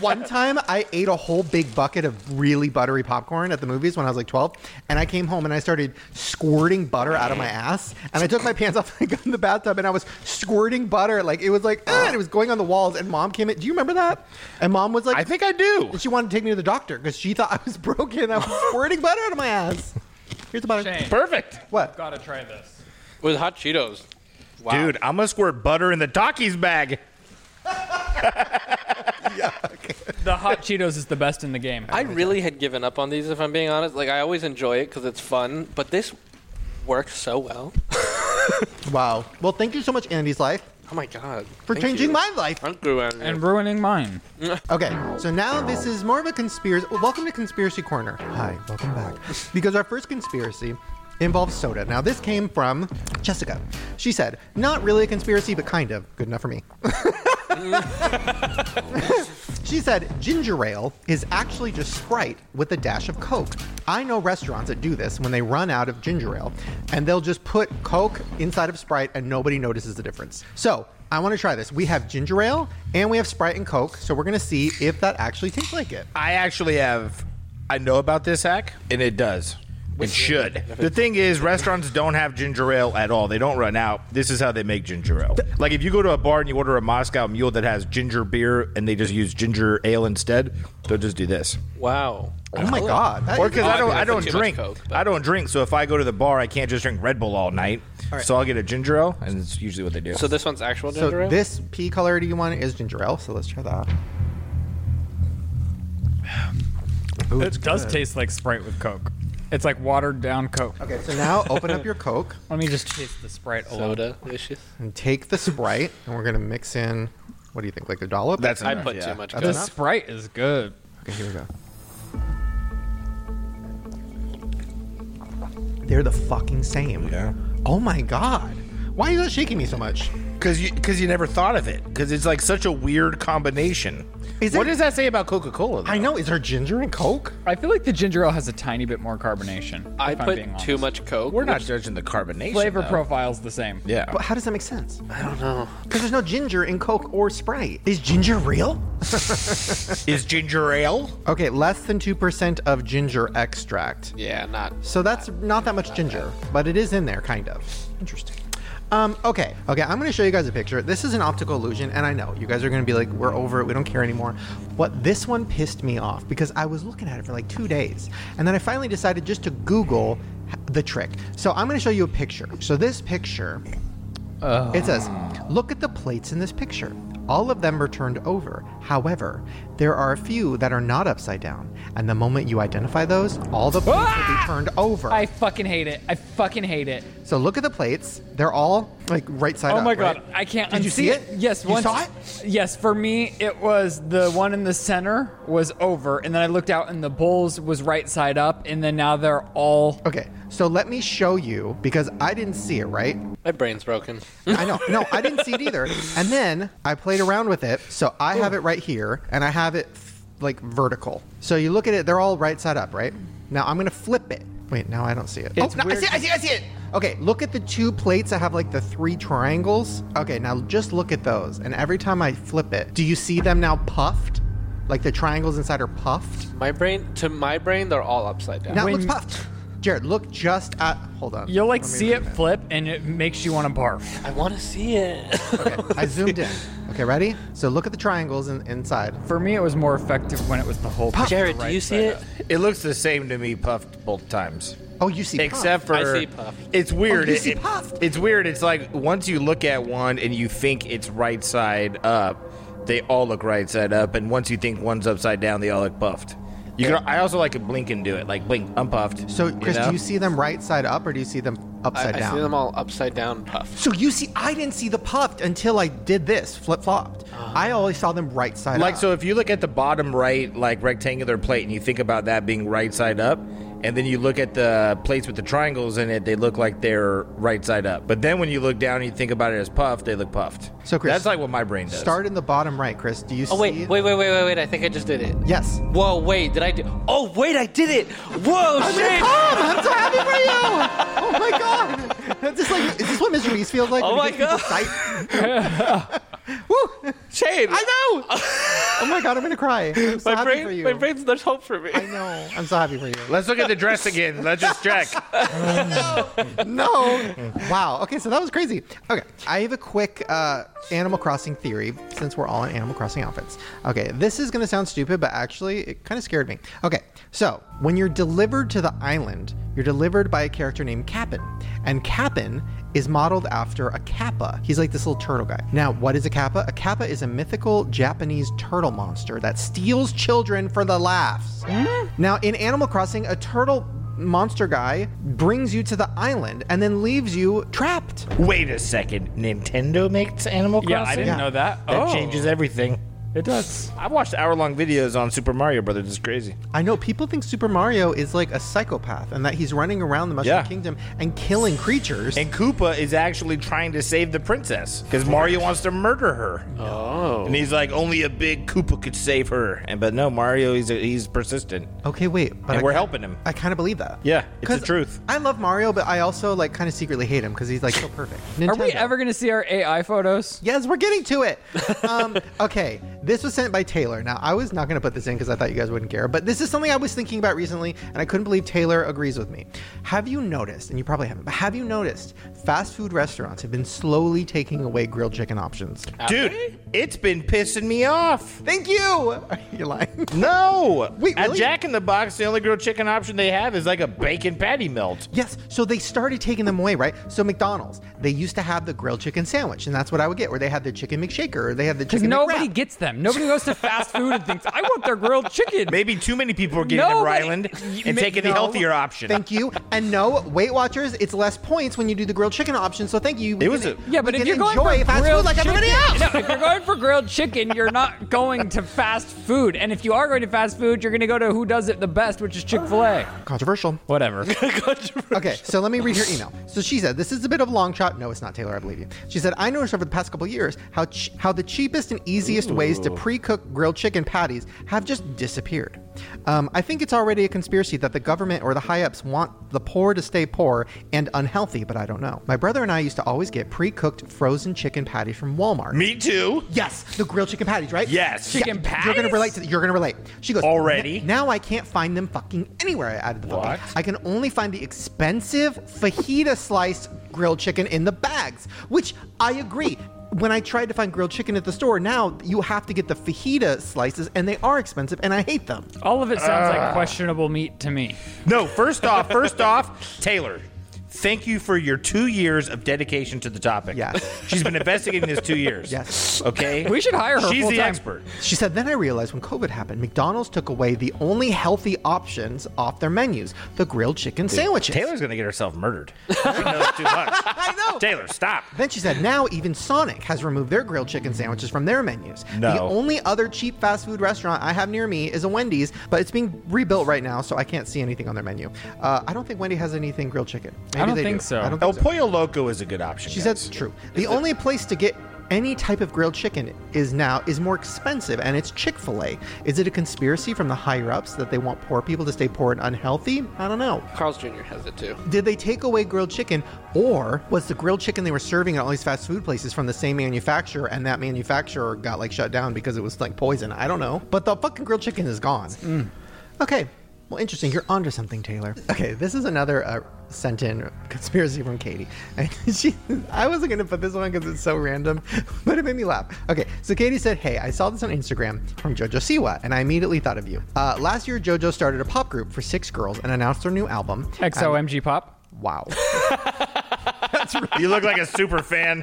Speaker 1: One time I ate a whole big bucket of really buttery popcorn at the movies when I was like 12, and I came home and I started squirting butter out of my ass. And I took my pants off and I got in the bathtub and I was squirting butter. Like it was like, ah, and it was going on the walls. And mom came in. Do you remember that? And mom was like,
Speaker 3: I think I do.
Speaker 1: And she wanted to take me to the doctor because she thought I was broken. I was squirting butter out of my ass. Here's the butter.
Speaker 2: Shame.
Speaker 3: Perfect.
Speaker 1: What?
Speaker 2: Gotta try this.
Speaker 4: With hot Cheetos. Wow.
Speaker 3: Dude, I'm gonna squirt butter in the Takis bag.
Speaker 2: The hot Cheetos is the best in the game.
Speaker 4: I really had given up on these, if I'm being honest. Like, I always enjoy it because it's fun, but this works so well.
Speaker 1: Wow. Well, thank you so much, Andy's life,
Speaker 4: Oh my god.
Speaker 1: for changing my life.
Speaker 4: Thank you, Andy.
Speaker 2: and ruining mine.
Speaker 1: Okay, so now this is more of a conspiracy. well, welcome to Conspiracy Corner. Hi, welcome back. Because our first conspiracy involves soda. Now, this came from Jessica. She said, Not really a conspiracy, but kind of. Good enough for me. She said ginger ale is actually just Sprite with a dash of Coke. I know restaurants that do this when they run out of ginger ale and they'll just put Coke inside of Sprite and nobody notices the difference. So I want to try this. We have ginger ale and we have Sprite and Coke, so we're going to see if that actually tastes like it.
Speaker 3: I actually have. I know about this hack, and it does. It should. The thing is, restaurants don't have ginger ale at all. They don't run out. This is how they make ginger ale. Like if you go to a bar and you order a Moscow Mule that has ginger beer, and they just use ginger ale instead, they'll just do this.
Speaker 4: Wow.
Speaker 1: Oh my God. that
Speaker 3: Or
Speaker 1: is-
Speaker 3: because I
Speaker 4: I
Speaker 3: don't,
Speaker 4: think
Speaker 3: I
Speaker 4: that's
Speaker 3: don't
Speaker 4: too much
Speaker 3: drink.
Speaker 4: Coke, but-
Speaker 3: I don't drink. So if I go to the bar, I can't just drink Red Bull all night. So I'll get a ginger ale, and it's usually what they do.
Speaker 4: So this one's actual ginger
Speaker 1: so
Speaker 4: ale?
Speaker 1: this pea colored one is ginger ale, so let's try that. Ooh,
Speaker 2: It does taste like Sprite with Coke. It's like watered down Coke.
Speaker 1: Okay, so now open up your Coke
Speaker 2: Let me just taste the Sprite a little.
Speaker 4: Soda. Delicious.
Speaker 1: and take the Sprite, and we're going to mix in, what do you think, like a dollop?
Speaker 3: that's
Speaker 4: I
Speaker 3: enough,
Speaker 4: put
Speaker 3: yeah.
Speaker 4: too much
Speaker 1: That's
Speaker 4: Coke.
Speaker 2: The Sprite is good.
Speaker 1: Okay, here we go. They're the fucking same.
Speaker 3: Yeah.
Speaker 1: Oh my god. Why is that shaking me so much?
Speaker 3: because you because you never thought of it because it's like such a weird combination. what does that say about Coca Cola? I
Speaker 1: know. Is there ginger in Coke?
Speaker 2: I feel like the ginger ale has a tiny bit more carbonation.
Speaker 4: I
Speaker 2: if I'm
Speaker 4: put
Speaker 2: being
Speaker 4: too much Coke.
Speaker 3: We're not
Speaker 4: which-
Speaker 3: judging the carbonation.
Speaker 2: Flavor
Speaker 3: though.
Speaker 2: profile's the same.
Speaker 3: Yeah.
Speaker 1: But how does that make sense?
Speaker 4: I don't know.
Speaker 1: Because there's no ginger in Coke or Sprite. Is ginger real?
Speaker 3: Is ginger ale?
Speaker 1: Okay, less than 2% of ginger extract.
Speaker 4: Yeah, not.
Speaker 1: So that's not that much ginger, but it is in there, kind of. Interesting. Um, okay, okay, I'm gonna show you guys a picture. This is an optical illusion, and I know you guys are gonna be like, we're over it, we don't care anymore. But this one pissed me off because I was looking at it for like two days, and then I finally decided just to Google the trick. So I'm gonna show you a picture. So this picture it says, look at the plates in this picture. All of them are turned over. However, there are a few that are not upside down. And the moment you identify those, all the plates will be turned over.
Speaker 2: I fucking hate it. I fucking hate it.
Speaker 1: so look at the plates. They're all like right side
Speaker 2: Oh
Speaker 1: up.
Speaker 2: my god,
Speaker 1: right?
Speaker 2: I can't
Speaker 1: Did
Speaker 2: unsee
Speaker 1: you see it?
Speaker 2: Yes,
Speaker 1: You
Speaker 2: once,
Speaker 1: saw it?
Speaker 2: Yes, for me it was the one in the center was over, and then I looked out and the bowls was right side up, and then now they're all
Speaker 1: Okay, so let me show you because I didn't see it, right?
Speaker 4: My brain's broken.
Speaker 1: I know. No, I didn't see it either. And then I played around with it. So I have it right here and I have it like vertical. So you look at it, they're all right side up, right? Now I'm going to flip it. Wait, now I don't see it.
Speaker 2: It's
Speaker 1: oh, no, I
Speaker 2: weird.
Speaker 1: see it, I see it, I see it. Okay, look at the two plates that have like the three triangles. Okay, now just look at those. And every time I flip it, do you see them now puffed? Like the triangles inside are puffed?
Speaker 4: My brain, to my brain, they're all upside down.
Speaker 1: Now it
Speaker 2: When-
Speaker 1: looks puffed. Jared, look just at. Hold on.
Speaker 2: you'll like
Speaker 1: Let me
Speaker 2: see it
Speaker 1: zoom in.
Speaker 2: flip and it makes you want to barf.
Speaker 4: I want to see it.
Speaker 1: Okay, I zoomed in. Okay, ready? So look at the triangles in, inside.
Speaker 2: For me it was more effective when it was the whole picture
Speaker 4: Jared, do
Speaker 2: right
Speaker 4: you see
Speaker 2: side
Speaker 4: it?
Speaker 2: up.
Speaker 3: It looks the same to me, puffed both times.
Speaker 1: Oh, you see. puff. Oh,
Speaker 3: Except for
Speaker 4: I see puffed.
Speaker 3: it's weird.
Speaker 1: you
Speaker 3: It-
Speaker 1: see
Speaker 3: it-
Speaker 1: puffed.
Speaker 3: It's weird. It's like once you look at one and you think it's right side up, they all look right side up, and once you think one's upside down, they all look puffed. You can. I also like to blink and do it, like blink unpuffed.
Speaker 1: So, Chris,
Speaker 3: know?
Speaker 1: do you see them right side up or do you see them upside
Speaker 4: I, I
Speaker 1: down?
Speaker 4: see them all upside down, puffed.
Speaker 1: so you see, I didn't see the puffed until I did this flip flopped. I always saw them right side
Speaker 3: Like
Speaker 1: up.
Speaker 3: so, if you look at the bottom right, like rectangular plate, and you think about that being right side up, and then you look at the plates with the triangles in it, they look like they're right side up. But then when you look down and you think about it as puffed, they look puffed.
Speaker 1: So, Chris,
Speaker 3: that's like what my brain does.
Speaker 1: Start in the bottom right, Chris. Do you see?
Speaker 4: Oh wait, wait, wait, wait, wait, wait! I think I just did it.
Speaker 1: Yes.
Speaker 4: Whoa, wait, did I do? Oh wait, I did it! Whoa, shit!
Speaker 1: I'm so happy for you! Oh my god! That's just like, is this what Mr. Beast feels like?
Speaker 4: Oh
Speaker 1: when he
Speaker 4: my
Speaker 1: gets people psyched? Woo!
Speaker 4: Shane,
Speaker 1: I know! Oh my god, I'm gonna cry. I'm so
Speaker 4: my
Speaker 1: happy for
Speaker 4: brain,
Speaker 1: you.
Speaker 4: my brain's there's hope for me.
Speaker 1: I know. I'm so happy for you.
Speaker 3: Let's look at the dress again. Let's just check.
Speaker 1: no. Wow. Okay, so that was crazy. Okay, I have a quick uh, Animal Crossing theory since we're all in Animal Crossing outfits. Okay, this is going to sound stupid, but actually, it kind of scared me. Okay, so when you're delivered to the island, you're delivered by a character named Cap'n, and Cap'n is modeled after a kappa. He's like this little turtle guy. Now, what is a kappa? A kappa is a mythical Japanese turtle monster that steals children for the laughs. Now, in Animal Crossing, a turtle monster guy brings you to the island and then leaves you trapped.
Speaker 3: Wait a second. Nintendo makes Animal Crossing.
Speaker 2: Yeah, I didn't know that.
Speaker 3: That
Speaker 2: oh,
Speaker 3: changes everything.
Speaker 2: It does.
Speaker 3: I've watched hour-long videos on Super Mario Brothers. It's crazy.
Speaker 1: I know people think Super Mario is like a psychopath and that he's running around the Mushroom
Speaker 3: Yeah.
Speaker 1: Kingdom and killing creatures.
Speaker 3: And Koopa is actually trying to save the princess because Mario wants to murder her. Oh. And he's like, only a big Koopa could save her. And but no, Mario, he's he's persistent,
Speaker 1: okay, wait, but
Speaker 3: and
Speaker 1: I,
Speaker 3: we're helping him.
Speaker 1: I kind of believe that.
Speaker 3: Yeah, it's the
Speaker 1: 'Cause
Speaker 3: truth.
Speaker 1: I love Mario, but I also like kind of secretly hate him because he's like so perfect.
Speaker 2: Are we
Speaker 1: Nintendo.
Speaker 2: ever gonna see our AI photos?
Speaker 1: Yes, we're getting to it. Um, okay, this was sent by Taylor. Now, I was not going to put this in because I thought you guys wouldn't care, but this is something I was thinking about recently, and I couldn't believe Taylor agrees with me. Have you noticed, and you probably haven't, but have you noticed fast food restaurants have been slowly taking away grilled chicken options?
Speaker 3: Dude, it's been pissing me off.
Speaker 1: Thank you! You're lying.
Speaker 3: No,
Speaker 1: Wait,
Speaker 3: at
Speaker 1: really?
Speaker 3: Jack in the Box, the only grilled chicken option they have is like a bacon patty melt.
Speaker 1: Yes, so they started taking them away, right? So McDonald's, they used to have the grilled chicken sandwich, and that's what I would get, where they had the chicken McShaker, or they had the
Speaker 2: Because
Speaker 1: chicken
Speaker 2: nobody
Speaker 1: McWrap.
Speaker 2: gets them. them. Nobody goes to fast food and thinks, I want their grilled chicken.
Speaker 3: Maybe too many people are getting them Ryland and taking the healthier option.
Speaker 1: Thank you. And no, Weight Watchers, it's less points when you do the grilled chicken option. So thank you. We
Speaker 3: It was
Speaker 1: can-
Speaker 3: a-
Speaker 2: Yeah, but
Speaker 1: we
Speaker 2: if
Speaker 1: can
Speaker 2: you're going
Speaker 1: enjoy
Speaker 2: for
Speaker 1: fast food
Speaker 2: grilled
Speaker 1: like everybody else.
Speaker 2: chicken- No, if you're going for grilled chicken, you're not going to fast food. And if you are going to fast food, you're going to go to who does it the best, which is Chick Fil A.
Speaker 1: Controversial.
Speaker 2: Whatever.
Speaker 1: Okay, so let me read her email. So she said, "This is a bit of a long shot. No, it's not Taylor. I believe you." She said, "I noticed over the past couple years how ch- how the cheapest and easiest ways to pre-cook grilled chicken patties have just disappeared. Um, I think it's already a conspiracy that the government or the high ups want the poor to stay poor and unhealthy, but I don't know. My brother and I used to always get pre-cooked frozen chicken patties from Walmart.
Speaker 3: Me too.
Speaker 1: Yes, the grilled chicken patties, right?
Speaker 3: Yes.
Speaker 2: Chicken
Speaker 1: You're gonna
Speaker 2: patties?
Speaker 1: relate to. You're gonna relate. She goes
Speaker 3: Already?
Speaker 1: "N- Now I can't find them fucking anywhere. I added the fucking.
Speaker 3: What?
Speaker 1: I can only find the expensive fajita sliced grilled chicken in the bags, which I agree. When I tried to find grilled chicken at the store, now you have to get the fajita slices, and they are expensive, and I hate them.
Speaker 2: All of it sounds
Speaker 4: Uh.
Speaker 2: like questionable meat to me.
Speaker 3: No, first off, first off, Taylor, thank you for your two years of dedication to the topic.
Speaker 1: Yes.
Speaker 3: She's been investigating this two years.
Speaker 1: Yes.
Speaker 3: Okay.
Speaker 2: We should hire her
Speaker 3: She's the
Speaker 2: full-time.
Speaker 3: expert.
Speaker 1: She said, Then I realized when COVID happened, McDonald's took away the only healthy options off their menus the grilled chicken sandwiches.
Speaker 3: Taylor's gonna get herself murdered. She knows too much.
Speaker 1: I know.
Speaker 3: Taylor, stop.
Speaker 1: Then she said, now even Sonic has removed their grilled chicken sandwiches from their menus.
Speaker 3: No.
Speaker 1: The only other cheap fast food restaurant I have near me is a Wendy's, but it's being rebuilt right now, so I can't see anything on their menu. Uh, I don't think Wendy has anything grilled chicken. Maybe
Speaker 2: I don't
Speaker 1: they
Speaker 2: think
Speaker 1: do.
Speaker 2: so.
Speaker 1: I don't
Speaker 3: El
Speaker 1: think so.
Speaker 3: Pollo Loco is a good option.
Speaker 1: She
Speaker 3: guys.
Speaker 1: said, true. The only place to get any type of grilled chicken is now is more expensive and it's chick-fil-a is it a conspiracy from the higher ups that they want poor people to stay poor and unhealthy i don't know
Speaker 4: Carl's Jr. has it too.
Speaker 1: did they take away grilled chicken, or was the grilled chicken they were serving at all these fast food places from the same manufacturer, and that manufacturer got like shut down because it was like poison? I don't know. But the fucking grilled chicken is gone. Okay. Well, interesting. You're onto something, Taylor. Okay, this is another uh, sent in conspiracy from Katie. And she, I wasn't going to put this one because it's so random, but it made me laugh. Okay, so Katie said, Hey, I saw this on Instagram from JoJo Siwa, and I immediately thought of you. Uh, last year, JoJo started a pop group for six girls and announced their new album.
Speaker 2: XOMG Pop.
Speaker 1: Wow.
Speaker 3: You look like a super fan.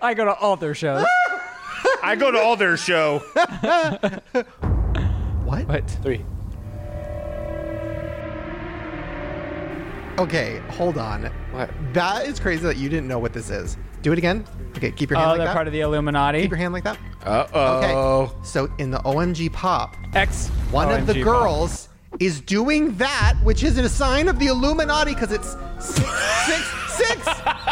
Speaker 2: I go to all their shows.
Speaker 1: Ah.
Speaker 3: I go to all their show.
Speaker 1: What?
Speaker 2: But
Speaker 4: Three.
Speaker 1: Okay, hold on.
Speaker 4: What?
Speaker 1: That is crazy that you didn't know what this is. Do it again. Okay, keep your
Speaker 2: oh,
Speaker 1: hand like
Speaker 2: they're
Speaker 1: that.
Speaker 2: part of the Illuminati.
Speaker 1: keep your hand like that.
Speaker 3: Uh oh.
Speaker 1: Okay. So in the OMG pop,
Speaker 2: X.
Speaker 1: one of the
Speaker 2: OMG Pop.
Speaker 1: girls is doing that, which is a sign of the Illuminati because it's six, six, six.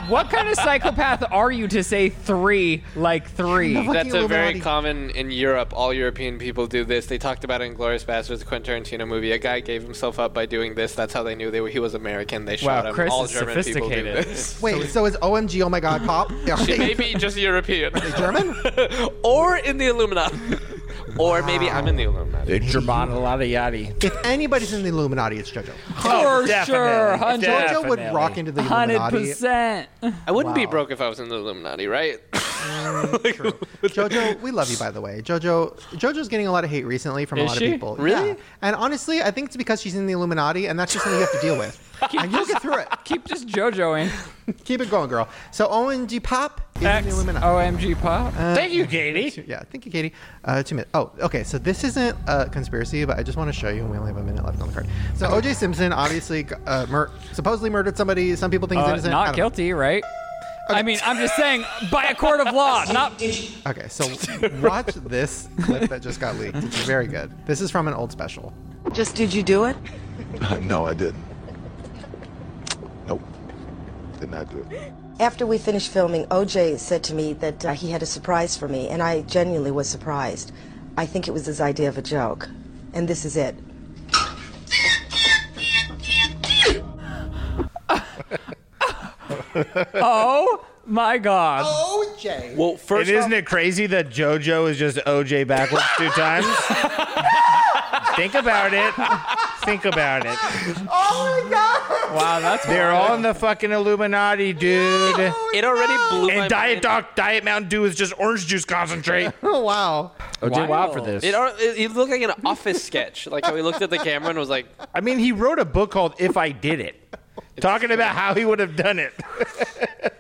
Speaker 2: What kind of psychopath are you to say three like three?
Speaker 1: Fuck
Speaker 4: That's
Speaker 1: you,
Speaker 4: a very
Speaker 1: Illuminati.
Speaker 4: common in Europe. All European people do this. They talked about it in Glorious Bastards, the Quentin Tarantino movie. A guy gave himself up by doing this. That's how they knew they were, he was American. They shot him.
Speaker 2: Chris
Speaker 4: all
Speaker 2: is
Speaker 4: German people do
Speaker 2: sophisticated.
Speaker 4: this.
Speaker 1: Wait, so is OMG? Oh my God, pop? Are
Speaker 4: She
Speaker 1: they
Speaker 4: may be just European,
Speaker 1: German?
Speaker 4: or in the Illuminati, or maybe I'm in the Illuminati.
Speaker 3: It's Germana Lada Yadi.
Speaker 1: If anybody's in the Illuminati, it's JoJo.
Speaker 2: For sure,
Speaker 3: definitely.
Speaker 2: hundred-
Speaker 1: JoJo would
Speaker 3: Definitely.
Speaker 1: rock into the
Speaker 2: Hundred
Speaker 1: Illuminati.
Speaker 2: percent.
Speaker 4: I wouldn't be
Speaker 1: Wow.
Speaker 4: broke if I was in the Illuminati, right?
Speaker 1: Jojo, we love you by the way. Jojo, Jojo's getting a lot of hate recently from a
Speaker 2: Is
Speaker 1: lot
Speaker 2: she?
Speaker 1: of people.
Speaker 4: Really?
Speaker 1: Yeah. And honestly, I think it's because she's in the Illuminati, and that's just something you have to deal with. and you'll get through it.
Speaker 2: Keep just JoJo in.
Speaker 1: Keep it going, girl. So ONG Pop is in
Speaker 2: X.
Speaker 1: the Illuminati.
Speaker 2: OMG Pop.
Speaker 3: Thank you, Katie.
Speaker 1: Yeah, thank you, Katie. Uh, two minutes. Oh, okay. So this isn't a conspiracy, but I just want to show you, and we only have a minute left on the card. So O.J. Simpson obviously uh, mur- supposedly murdered somebody. Some people think he's
Speaker 2: Uh,
Speaker 1: innocent. I
Speaker 2: not
Speaker 1: don't know.
Speaker 2: guilty, right? I mean, I'm just saying, by a court of law, not
Speaker 1: Okay, so watch this clip that just got leaked. It's very good. This is from an old special.
Speaker 11: Just did you do it?
Speaker 12: no, I didn't. Nope. Did not do it.
Speaker 11: After we finished filming, OJ said to me that uh, he had a surprise for me, and I genuinely was surprised. I think it was his idea of a joke. And this is it.
Speaker 2: oh my god.
Speaker 1: O.J.
Speaker 4: Well,
Speaker 3: And
Speaker 4: first
Speaker 3: isn't it crazy that JoJo is just OJ backwards two times? Think about it. Think about it.
Speaker 1: Oh my God.
Speaker 2: Wow, that's
Speaker 3: They're all in the fucking Illuminati, dude.
Speaker 4: it already blew oh, my
Speaker 3: and Diet
Speaker 4: mind.
Speaker 3: Doc, Diet Mountain Dew is just orange juice concentrate.
Speaker 1: Oh wow.
Speaker 3: OJ
Speaker 2: Wild.
Speaker 3: Wild for this.
Speaker 4: It, al- it, it looked like an office sketch, like how he looked at the camera and was like,
Speaker 3: I mean, he wrote a book called If I Did It. Talking about how he would have done it.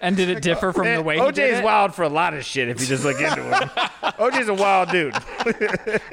Speaker 2: and did it differ from the way he
Speaker 3: OJ
Speaker 2: did
Speaker 3: is
Speaker 2: it?
Speaker 3: wild for a lot of shit if you just look into him. OJ's a wild dude.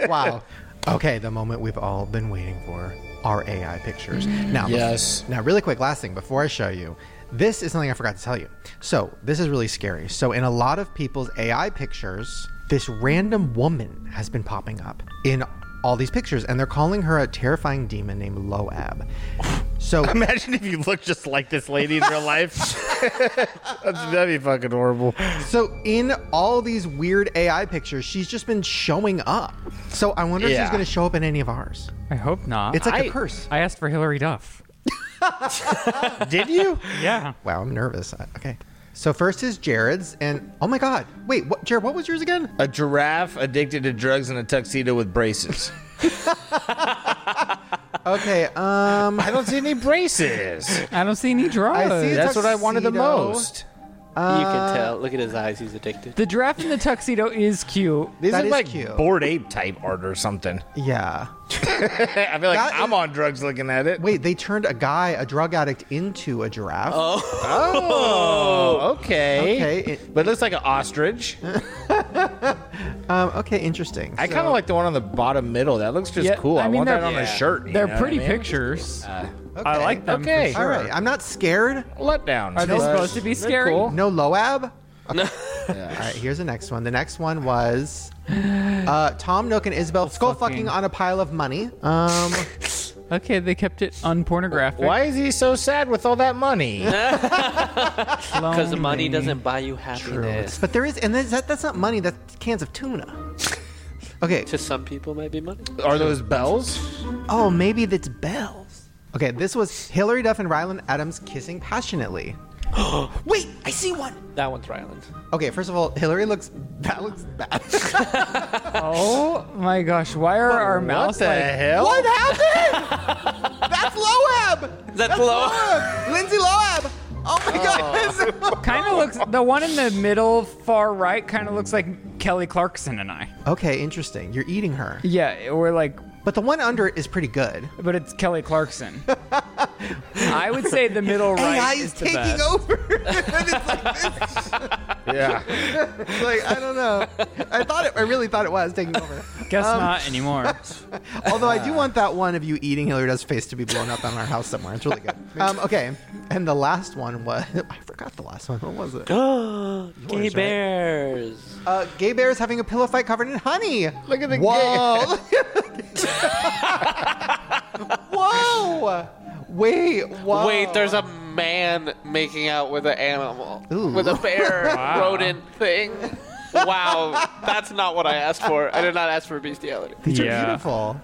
Speaker 1: wow. Okay, the moment we've all been waiting for. Our AI pictures.
Speaker 2: Mm.
Speaker 1: Now,
Speaker 3: Yes.
Speaker 1: Now, really quick, last thing before I show you. This is something I forgot to tell you. So, this is really scary. So, in a lot of people's AI pictures, this random woman has been popping up in all these pictures, and they're calling her a terrifying demon named Loab. So,
Speaker 3: Imagine if you looked just like this lady in real life. That's- That'd be fucking horrible.
Speaker 1: So in all these weird AI pictures, she's just been showing up. So I wonder if
Speaker 2: Yeah.
Speaker 1: she's going to show up in any of ours.
Speaker 2: I hope not.
Speaker 1: It's like
Speaker 2: a
Speaker 1: a curse.
Speaker 2: I asked for Hillary Duff.
Speaker 3: Did you?
Speaker 2: Yeah.
Speaker 1: Wow, I'm nervous. I- Okay. So first is Jared's, and oh my God, wait, what, Jared? What was yours again?
Speaker 3: A giraffe addicted to drugs in a tuxedo with braces.
Speaker 1: Okay. Um,
Speaker 3: I don't see any braces.
Speaker 2: I don't see any drugs.
Speaker 1: I see a
Speaker 3: That's what I wanted the
Speaker 1: tuxedo.
Speaker 3: most.
Speaker 4: you can tell. Look at his eyes. He's addicted.
Speaker 2: The giraffe in the tuxedo is cute.
Speaker 3: These are like bored ape type art or something.
Speaker 1: Yeah.
Speaker 3: I feel like I'm on drugs looking at it.
Speaker 1: Wait, they turned a guy, a drug addict, into a giraffe.
Speaker 3: Oh, okay.
Speaker 1: Okay,
Speaker 3: but it looks like an ostrich.
Speaker 1: Um, okay, interesting.
Speaker 3: I kind of like the one on the bottom middle. That looks just
Speaker 1: Yeah,
Speaker 3: cool. I,
Speaker 1: I mean,
Speaker 3: want that
Speaker 1: they're-
Speaker 3: on a
Speaker 1: yeah.
Speaker 3: shirt. you
Speaker 1: They're
Speaker 3: know what
Speaker 1: pretty
Speaker 3: I mean?
Speaker 2: pictures.
Speaker 3: Uh,
Speaker 1: Okay.
Speaker 3: Okay.
Speaker 1: All right, I'm not scared.
Speaker 3: Let down.
Speaker 2: Are they supposed to be scary?
Speaker 1: No Loab. Okay. All right, here's the next one. The next one was uh, Tom Nook and Isabel skull fucking on a pile of money. Um,
Speaker 2: Okay, they kept it unpornographic.
Speaker 3: Why is he so sad with all that money?
Speaker 2: Because
Speaker 4: the money doesn't buy you happiness.
Speaker 1: but there is, and that's, that, that's not money. That's cans of tuna. Okay.
Speaker 4: To some people, maybe money.
Speaker 3: Are those bells?
Speaker 1: Oh, maybe that's bells. Okay, this was Hillary Duff and Ryland Adams kissing passionately. Wait, I see one.
Speaker 4: That one's Ryland.
Speaker 1: Okay, first of all, Hillary looks. That looks bad.
Speaker 2: Oh my gosh! Why are our mouths
Speaker 3: the
Speaker 2: like?
Speaker 3: hell?
Speaker 1: What happened? That's Loab.
Speaker 4: That's Loab.
Speaker 1: Lindsay Loab. Oh my god.
Speaker 2: Kind of looks. The one in the middle, far right, kind of looks like Kelly Clarkson and I.
Speaker 1: okay, interesting. You're eating her.
Speaker 2: Yeah, we're like,
Speaker 1: But the one under it is pretty good.
Speaker 2: but it's Kelly Clarkson. I would say the middle right
Speaker 1: AI
Speaker 2: is
Speaker 1: is
Speaker 2: the
Speaker 1: taking
Speaker 2: best.
Speaker 1: over. And it's like,
Speaker 3: Yeah.
Speaker 1: it's like, I don't know. I thought it. I really thought it was taking over.
Speaker 2: Guess
Speaker 1: Um,
Speaker 2: not anymore.
Speaker 1: Although
Speaker 3: Uh.
Speaker 1: I do want that one of you eating Hillary Duff's face to be blown up on our house somewhere. It's really good. Um, okay, and the last one was I forgot the last one. What was it?
Speaker 4: Gay
Speaker 1: right?
Speaker 4: bears.
Speaker 1: Uh, gay bear is having a pillow fight covered in honey.
Speaker 3: Look at the
Speaker 1: whoa, whoa, wait, whoa.
Speaker 4: Wait, there's a man making out with an animal,
Speaker 1: Ooh.
Speaker 4: with a bear
Speaker 2: Wow.
Speaker 4: rodent thing. Wow, that's not what I asked for. I did not ask for bestiality.
Speaker 1: These
Speaker 2: Yeah.
Speaker 1: are beautiful.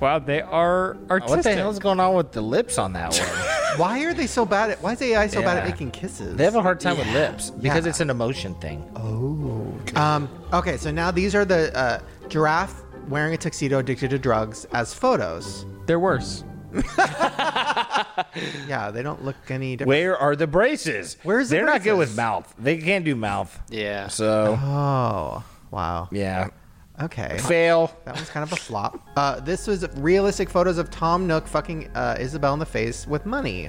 Speaker 2: Wow, they are artistic.
Speaker 3: What the hell's going on with the lips on that one?
Speaker 1: Why are they so bad at? Why is AI so bad at
Speaker 3: Yeah.
Speaker 1: making kisses?
Speaker 3: they have a hard time with lips because
Speaker 1: Yeah.
Speaker 3: it's an emotion thing.
Speaker 1: Oh. Um, okay, so now these are the uh, giraffe wearing a tuxedo addicted to drugs as photos.
Speaker 2: They're worse.
Speaker 1: Yeah, they don't look any different.
Speaker 3: Where are the braces?
Speaker 1: Where's the
Speaker 3: They're not good
Speaker 1: braces?
Speaker 3: with mouth. They can't do mouth.
Speaker 4: Yeah.
Speaker 3: So
Speaker 1: Oh, wow.
Speaker 3: yeah,
Speaker 1: Okay.
Speaker 3: fail.
Speaker 1: That was kind of a flop. Uh, this was realistic photos of Tom Nook fucking uh, Isabel in the face with money.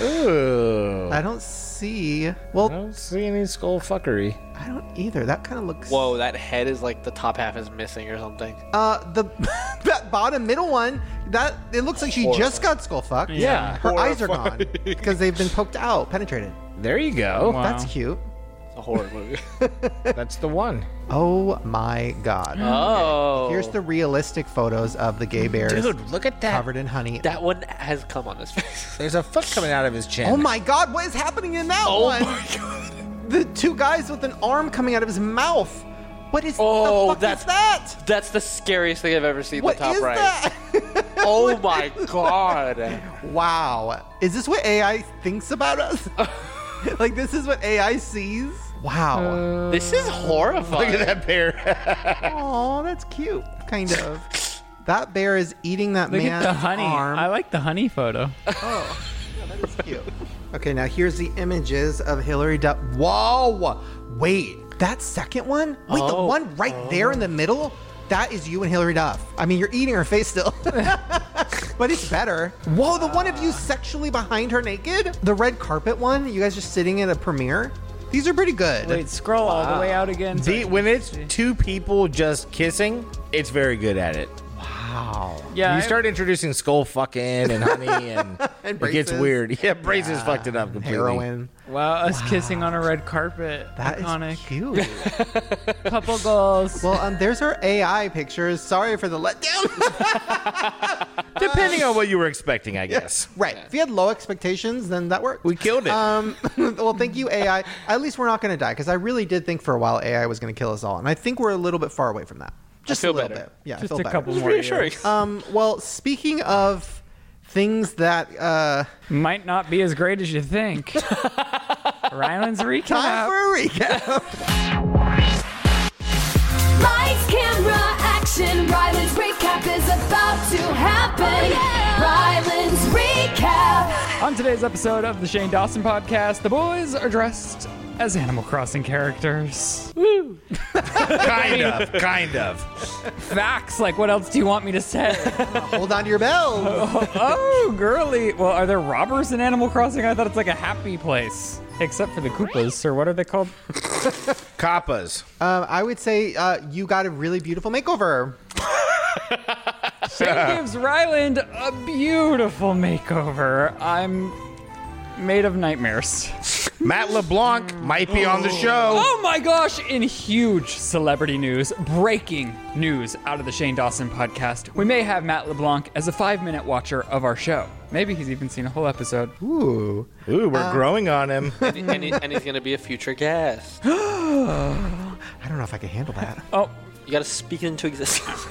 Speaker 3: Ooh.
Speaker 1: I don't see.
Speaker 3: I
Speaker 1: Well,
Speaker 3: don't see any skull fuckery.
Speaker 1: I don't either. That kind of looks.
Speaker 4: Whoa, that head is like the top half is missing or something.
Speaker 1: Uh, the that bottom middle one. That it looks like she just got skull fucked.
Speaker 3: Yeah.
Speaker 1: Her eyes are gone because they've been poked out, penetrated. Oh,
Speaker 3: There you go.
Speaker 2: Wow.
Speaker 1: That's cute.
Speaker 4: It's a horror movie.
Speaker 3: That's the one.
Speaker 1: Oh my god.
Speaker 4: oh.
Speaker 1: Here's the realistic photos of the gay bears
Speaker 3: Dude, look at that.
Speaker 1: covered in honey.
Speaker 4: That one has come on his face.
Speaker 3: There's a foot coming out of his chin.
Speaker 1: oh my god, what is happening in that
Speaker 4: Oh
Speaker 1: one?
Speaker 4: my god.
Speaker 1: The two guys with an arm coming out of his mouth. What is
Speaker 4: Oh,
Speaker 1: the fuck
Speaker 4: that's-
Speaker 1: is that?
Speaker 4: That's the scariest thing I've ever seen.
Speaker 1: What
Speaker 4: the top
Speaker 1: is
Speaker 4: right.
Speaker 1: that?
Speaker 4: Oh my god.
Speaker 1: wow. Is this what AI thinks about us? like this is what AI sees? Wow.
Speaker 2: Uh.
Speaker 4: This is
Speaker 3: Look
Speaker 4: horrifying.
Speaker 3: at that bear.
Speaker 1: Oh, that's cute. Kind of. That bear is eating that
Speaker 2: Look at
Speaker 1: man's
Speaker 2: the honey.
Speaker 1: arm.
Speaker 2: I like the honey photo.
Speaker 1: That's cute. Okay, now here's the images of Hillary Duff. Whoa! Wait, that second one? Wait, the
Speaker 4: Oh.
Speaker 1: one right there in the middle? That is you and Hillary Duff. I mean, you're eating her face still, but it's better. Whoa, the one of you sexually behind her naked? The red carpet one? You guys just sitting in a premiere? These are pretty good.
Speaker 2: Wait, scroll all the way out again. so I
Speaker 3: The,
Speaker 2: can
Speaker 3: when it's
Speaker 2: see.
Speaker 3: two people just kissing, it's very good at it.
Speaker 1: Oh,
Speaker 3: Wow.
Speaker 2: Yeah,
Speaker 3: You
Speaker 2: I-
Speaker 3: start introducing skull fucking and honey, and,
Speaker 2: And
Speaker 3: it gets
Speaker 2: braces.
Speaker 3: weird. Yeah, braces fucked it up completely.
Speaker 1: Heroin.
Speaker 2: Wow, us kissing on a red carpet.
Speaker 1: That is
Speaker 2: Iconic.
Speaker 1: cute.
Speaker 2: Couple goals.
Speaker 1: Well, um, there's our AI pictures. Sorry for the letdown.
Speaker 3: Depending on what you were expecting, I guess.
Speaker 1: Right. If you had low expectations, then that worked. We
Speaker 3: killed it.
Speaker 1: Um, well, thank you, AI. At least we're not going to die because I really did think for a while AI was going to kill us all, and I think we're a little bit far away from that. Just a
Speaker 4: feel
Speaker 1: little
Speaker 4: better.
Speaker 1: bit. Yeah, I
Speaker 4: Just
Speaker 1: feel
Speaker 4: a
Speaker 1: better.
Speaker 4: couple It's more reassuring. years.
Speaker 1: Um, well, speaking of things that uh,
Speaker 2: might not be as great as you think. Rylan's recap.
Speaker 1: Time for a recap.
Speaker 13: Lights, camera, action. Ryland's recap is about to happen. Ryland's recap.
Speaker 2: On today's episode of the Shane Dawson podcast, the boys are dressed as Animal Crossing characters. Woo!
Speaker 3: kind of, kind of.
Speaker 2: Facts. Like, what else do you want me to say?
Speaker 1: Hold on to your bells.
Speaker 2: oh, oh, girly. Well, are there robbers in Animal Crossing? I thought it's like a happy place, except for the Koopas, or what are they called?
Speaker 3: Kappas.
Speaker 1: um, I would say uh, you got a really beautiful makeover.
Speaker 2: Shane
Speaker 3: Ah.
Speaker 2: gives Ryland a beautiful makeover. I'm made of nightmares.
Speaker 3: Matt LeBlanc might be on the show.
Speaker 2: Oh my gosh! In huge celebrity news, breaking news out of the Shane Dawson podcast, we may have Matt LeBlanc as a five minute watcher of our show. Maybe he's even seen a whole episode.
Speaker 1: Ooh.
Speaker 3: Ooh, we're growing on him.
Speaker 4: and, he, and he's gonna be a future guest.
Speaker 1: I don't know if I can handle that.
Speaker 2: Oh,
Speaker 4: you gotta speak it into existence.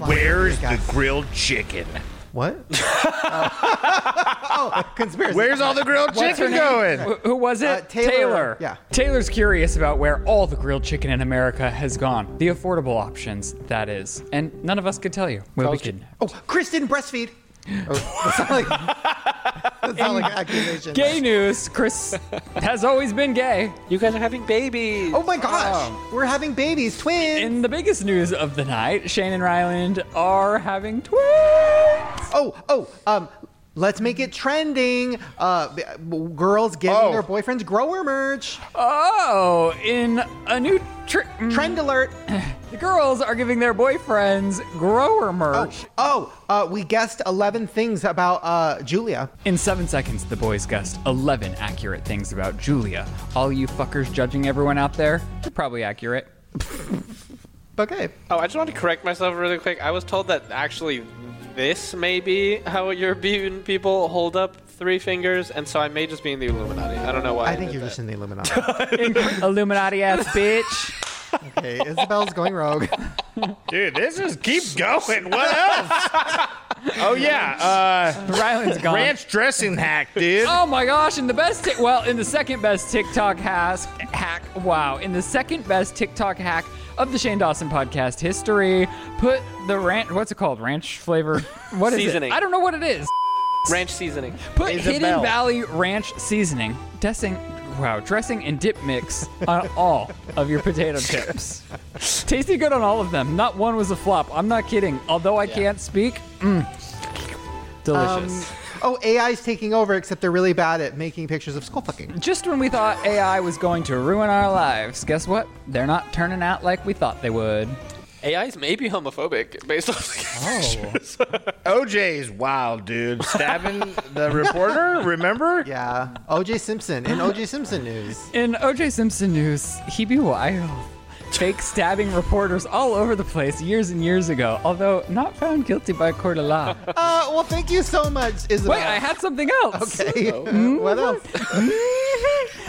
Speaker 3: Where's the grilled chicken?
Speaker 1: What? oh, conspiracy.
Speaker 3: Where's all the grilled
Speaker 2: What's her
Speaker 3: chicken
Speaker 2: name?
Speaker 3: going?
Speaker 2: Wh- Who was it?
Speaker 1: Uh, Taylor. Yeah.
Speaker 2: Taylor's curious about where all the grilled chicken in America has gone. The affordable options, that is. And none of us could tell you. We'll be kidding.
Speaker 1: Oh, Chris didn't breastfeed. Oh, that's not like, that's not like an accusation.
Speaker 2: Gay news. Chris has always been gay.
Speaker 4: You guys are having babies.
Speaker 1: Oh my gosh, we're having babies, twins.
Speaker 2: In the biggest news of the night, Shane and Ryland are having twins.
Speaker 1: Oh, oh, um, let's make it trending. Uh, b- b- girls giving
Speaker 2: Oh.
Speaker 1: their boyfriends grower merch.
Speaker 2: Oh, in a new tr- mm,
Speaker 1: Trend alert.
Speaker 2: The girls are giving their boyfriends grower merch.
Speaker 1: Oh, uh, we guessed eleven things about uh, Julia.
Speaker 2: In seven seconds, the boys guessed 11 accurate things about Julia. All you fuckers judging everyone out there, you're probably accurate.
Speaker 1: Okay.
Speaker 4: Oh, I just want to correct myself really quick. I was told that actually this may be how European people hold up three fingers, and so I may just be in the Illuminati. I don't know why.
Speaker 1: I think you're just in the Illuminati.
Speaker 2: Illuminati ass bitch.
Speaker 1: okay, Isabel's going rogue.
Speaker 3: Dude, this just keeps going. What else? oh yeah, uh,
Speaker 2: Ryland's gone.
Speaker 3: ranch dressing hack, dude.
Speaker 2: Oh my gosh! In the best, ti- well, in the second best TikTok has- hack, wow! In the second best TikTok hack of the Shane Dawson podcast history, put the ranch. What's it called? Ranch flavor? What is
Speaker 4: Seasoning.
Speaker 2: it? I don't know what it is.
Speaker 4: ranch seasoning.
Speaker 2: Put Hidden
Speaker 4: Isabel.
Speaker 2: Valley Ranch seasoning, dressing, wow, dressing and dip mix on all of your potato chips. Tasted good on all of them. Not one was a flop. I'm not kidding. Although I can't speak, mm, delicious.
Speaker 1: Oh, AI's taking over, except they're really bad at making pictures of skull fucking.
Speaker 2: Just when we thought AI was going to ruin our lives, guess what? They're not turning out like we thought they would.
Speaker 4: AIs may be homophobic based off.
Speaker 2: Oh.
Speaker 3: OJ is wild, dude. Stabbing the reporter. Remember?
Speaker 1: Yeah. OJ Simpson and OJ Simpson news.
Speaker 2: In OJ Simpson news, he be wild. Fake stabbing reporters all over the place years and years ago, although not found guilty by a court of law.
Speaker 1: Uh, well, thank you so much, Isabel.
Speaker 2: Wait, I had something else.
Speaker 1: Okay. what else?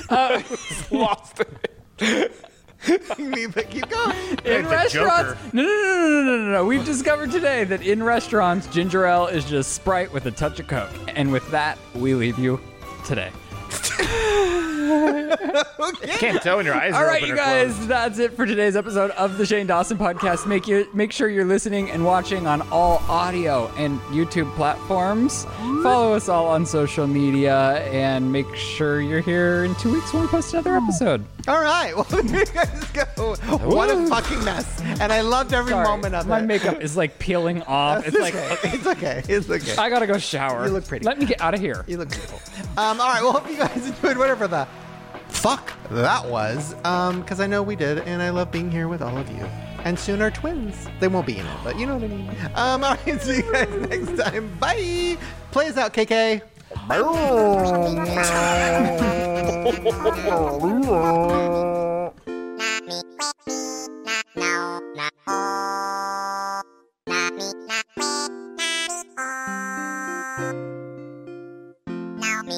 Speaker 2: Uh,
Speaker 4: lost
Speaker 1: Me, but keep going.
Speaker 2: in
Speaker 3: the
Speaker 2: restaurants, no, no, no, no, no, no, no. We've discovered today that in restaurants, ginger ale is just Sprite with a touch of Coke, and with that, we leave you today.
Speaker 3: Can't tell when your eyes
Speaker 2: All
Speaker 3: are
Speaker 2: right,
Speaker 3: open
Speaker 2: you
Speaker 3: or
Speaker 2: guys,
Speaker 3: closed.
Speaker 2: that's it for today's episode of the Shane Dawson podcast. Make you make sure you're listening and watching on all audio and YouTube platforms. Follow us all on social media and make sure you're here in two weeks when we post another
Speaker 1: Oh.
Speaker 2: episode.
Speaker 1: All right. Well, there you guys go. What a
Speaker 2: Woo.
Speaker 1: fucking mess. And I loved every
Speaker 2: Sorry,
Speaker 1: moment of
Speaker 2: my
Speaker 1: it.
Speaker 2: makeup is like peeling off. It's like
Speaker 1: it's okay. It's okay.
Speaker 2: I gotta go shower.
Speaker 1: You look pretty.
Speaker 2: Let me get out of here.
Speaker 1: You look beautiful. Um, all right. Well, hope you guys enjoyed whatever the fuck that was. Um, because I know we did, and I love being here with all of you. And soon our twins. They won't be in it, but you know what I mean. Um, all right. See you guys next time. Bye. Play us out, KK.
Speaker 14: Now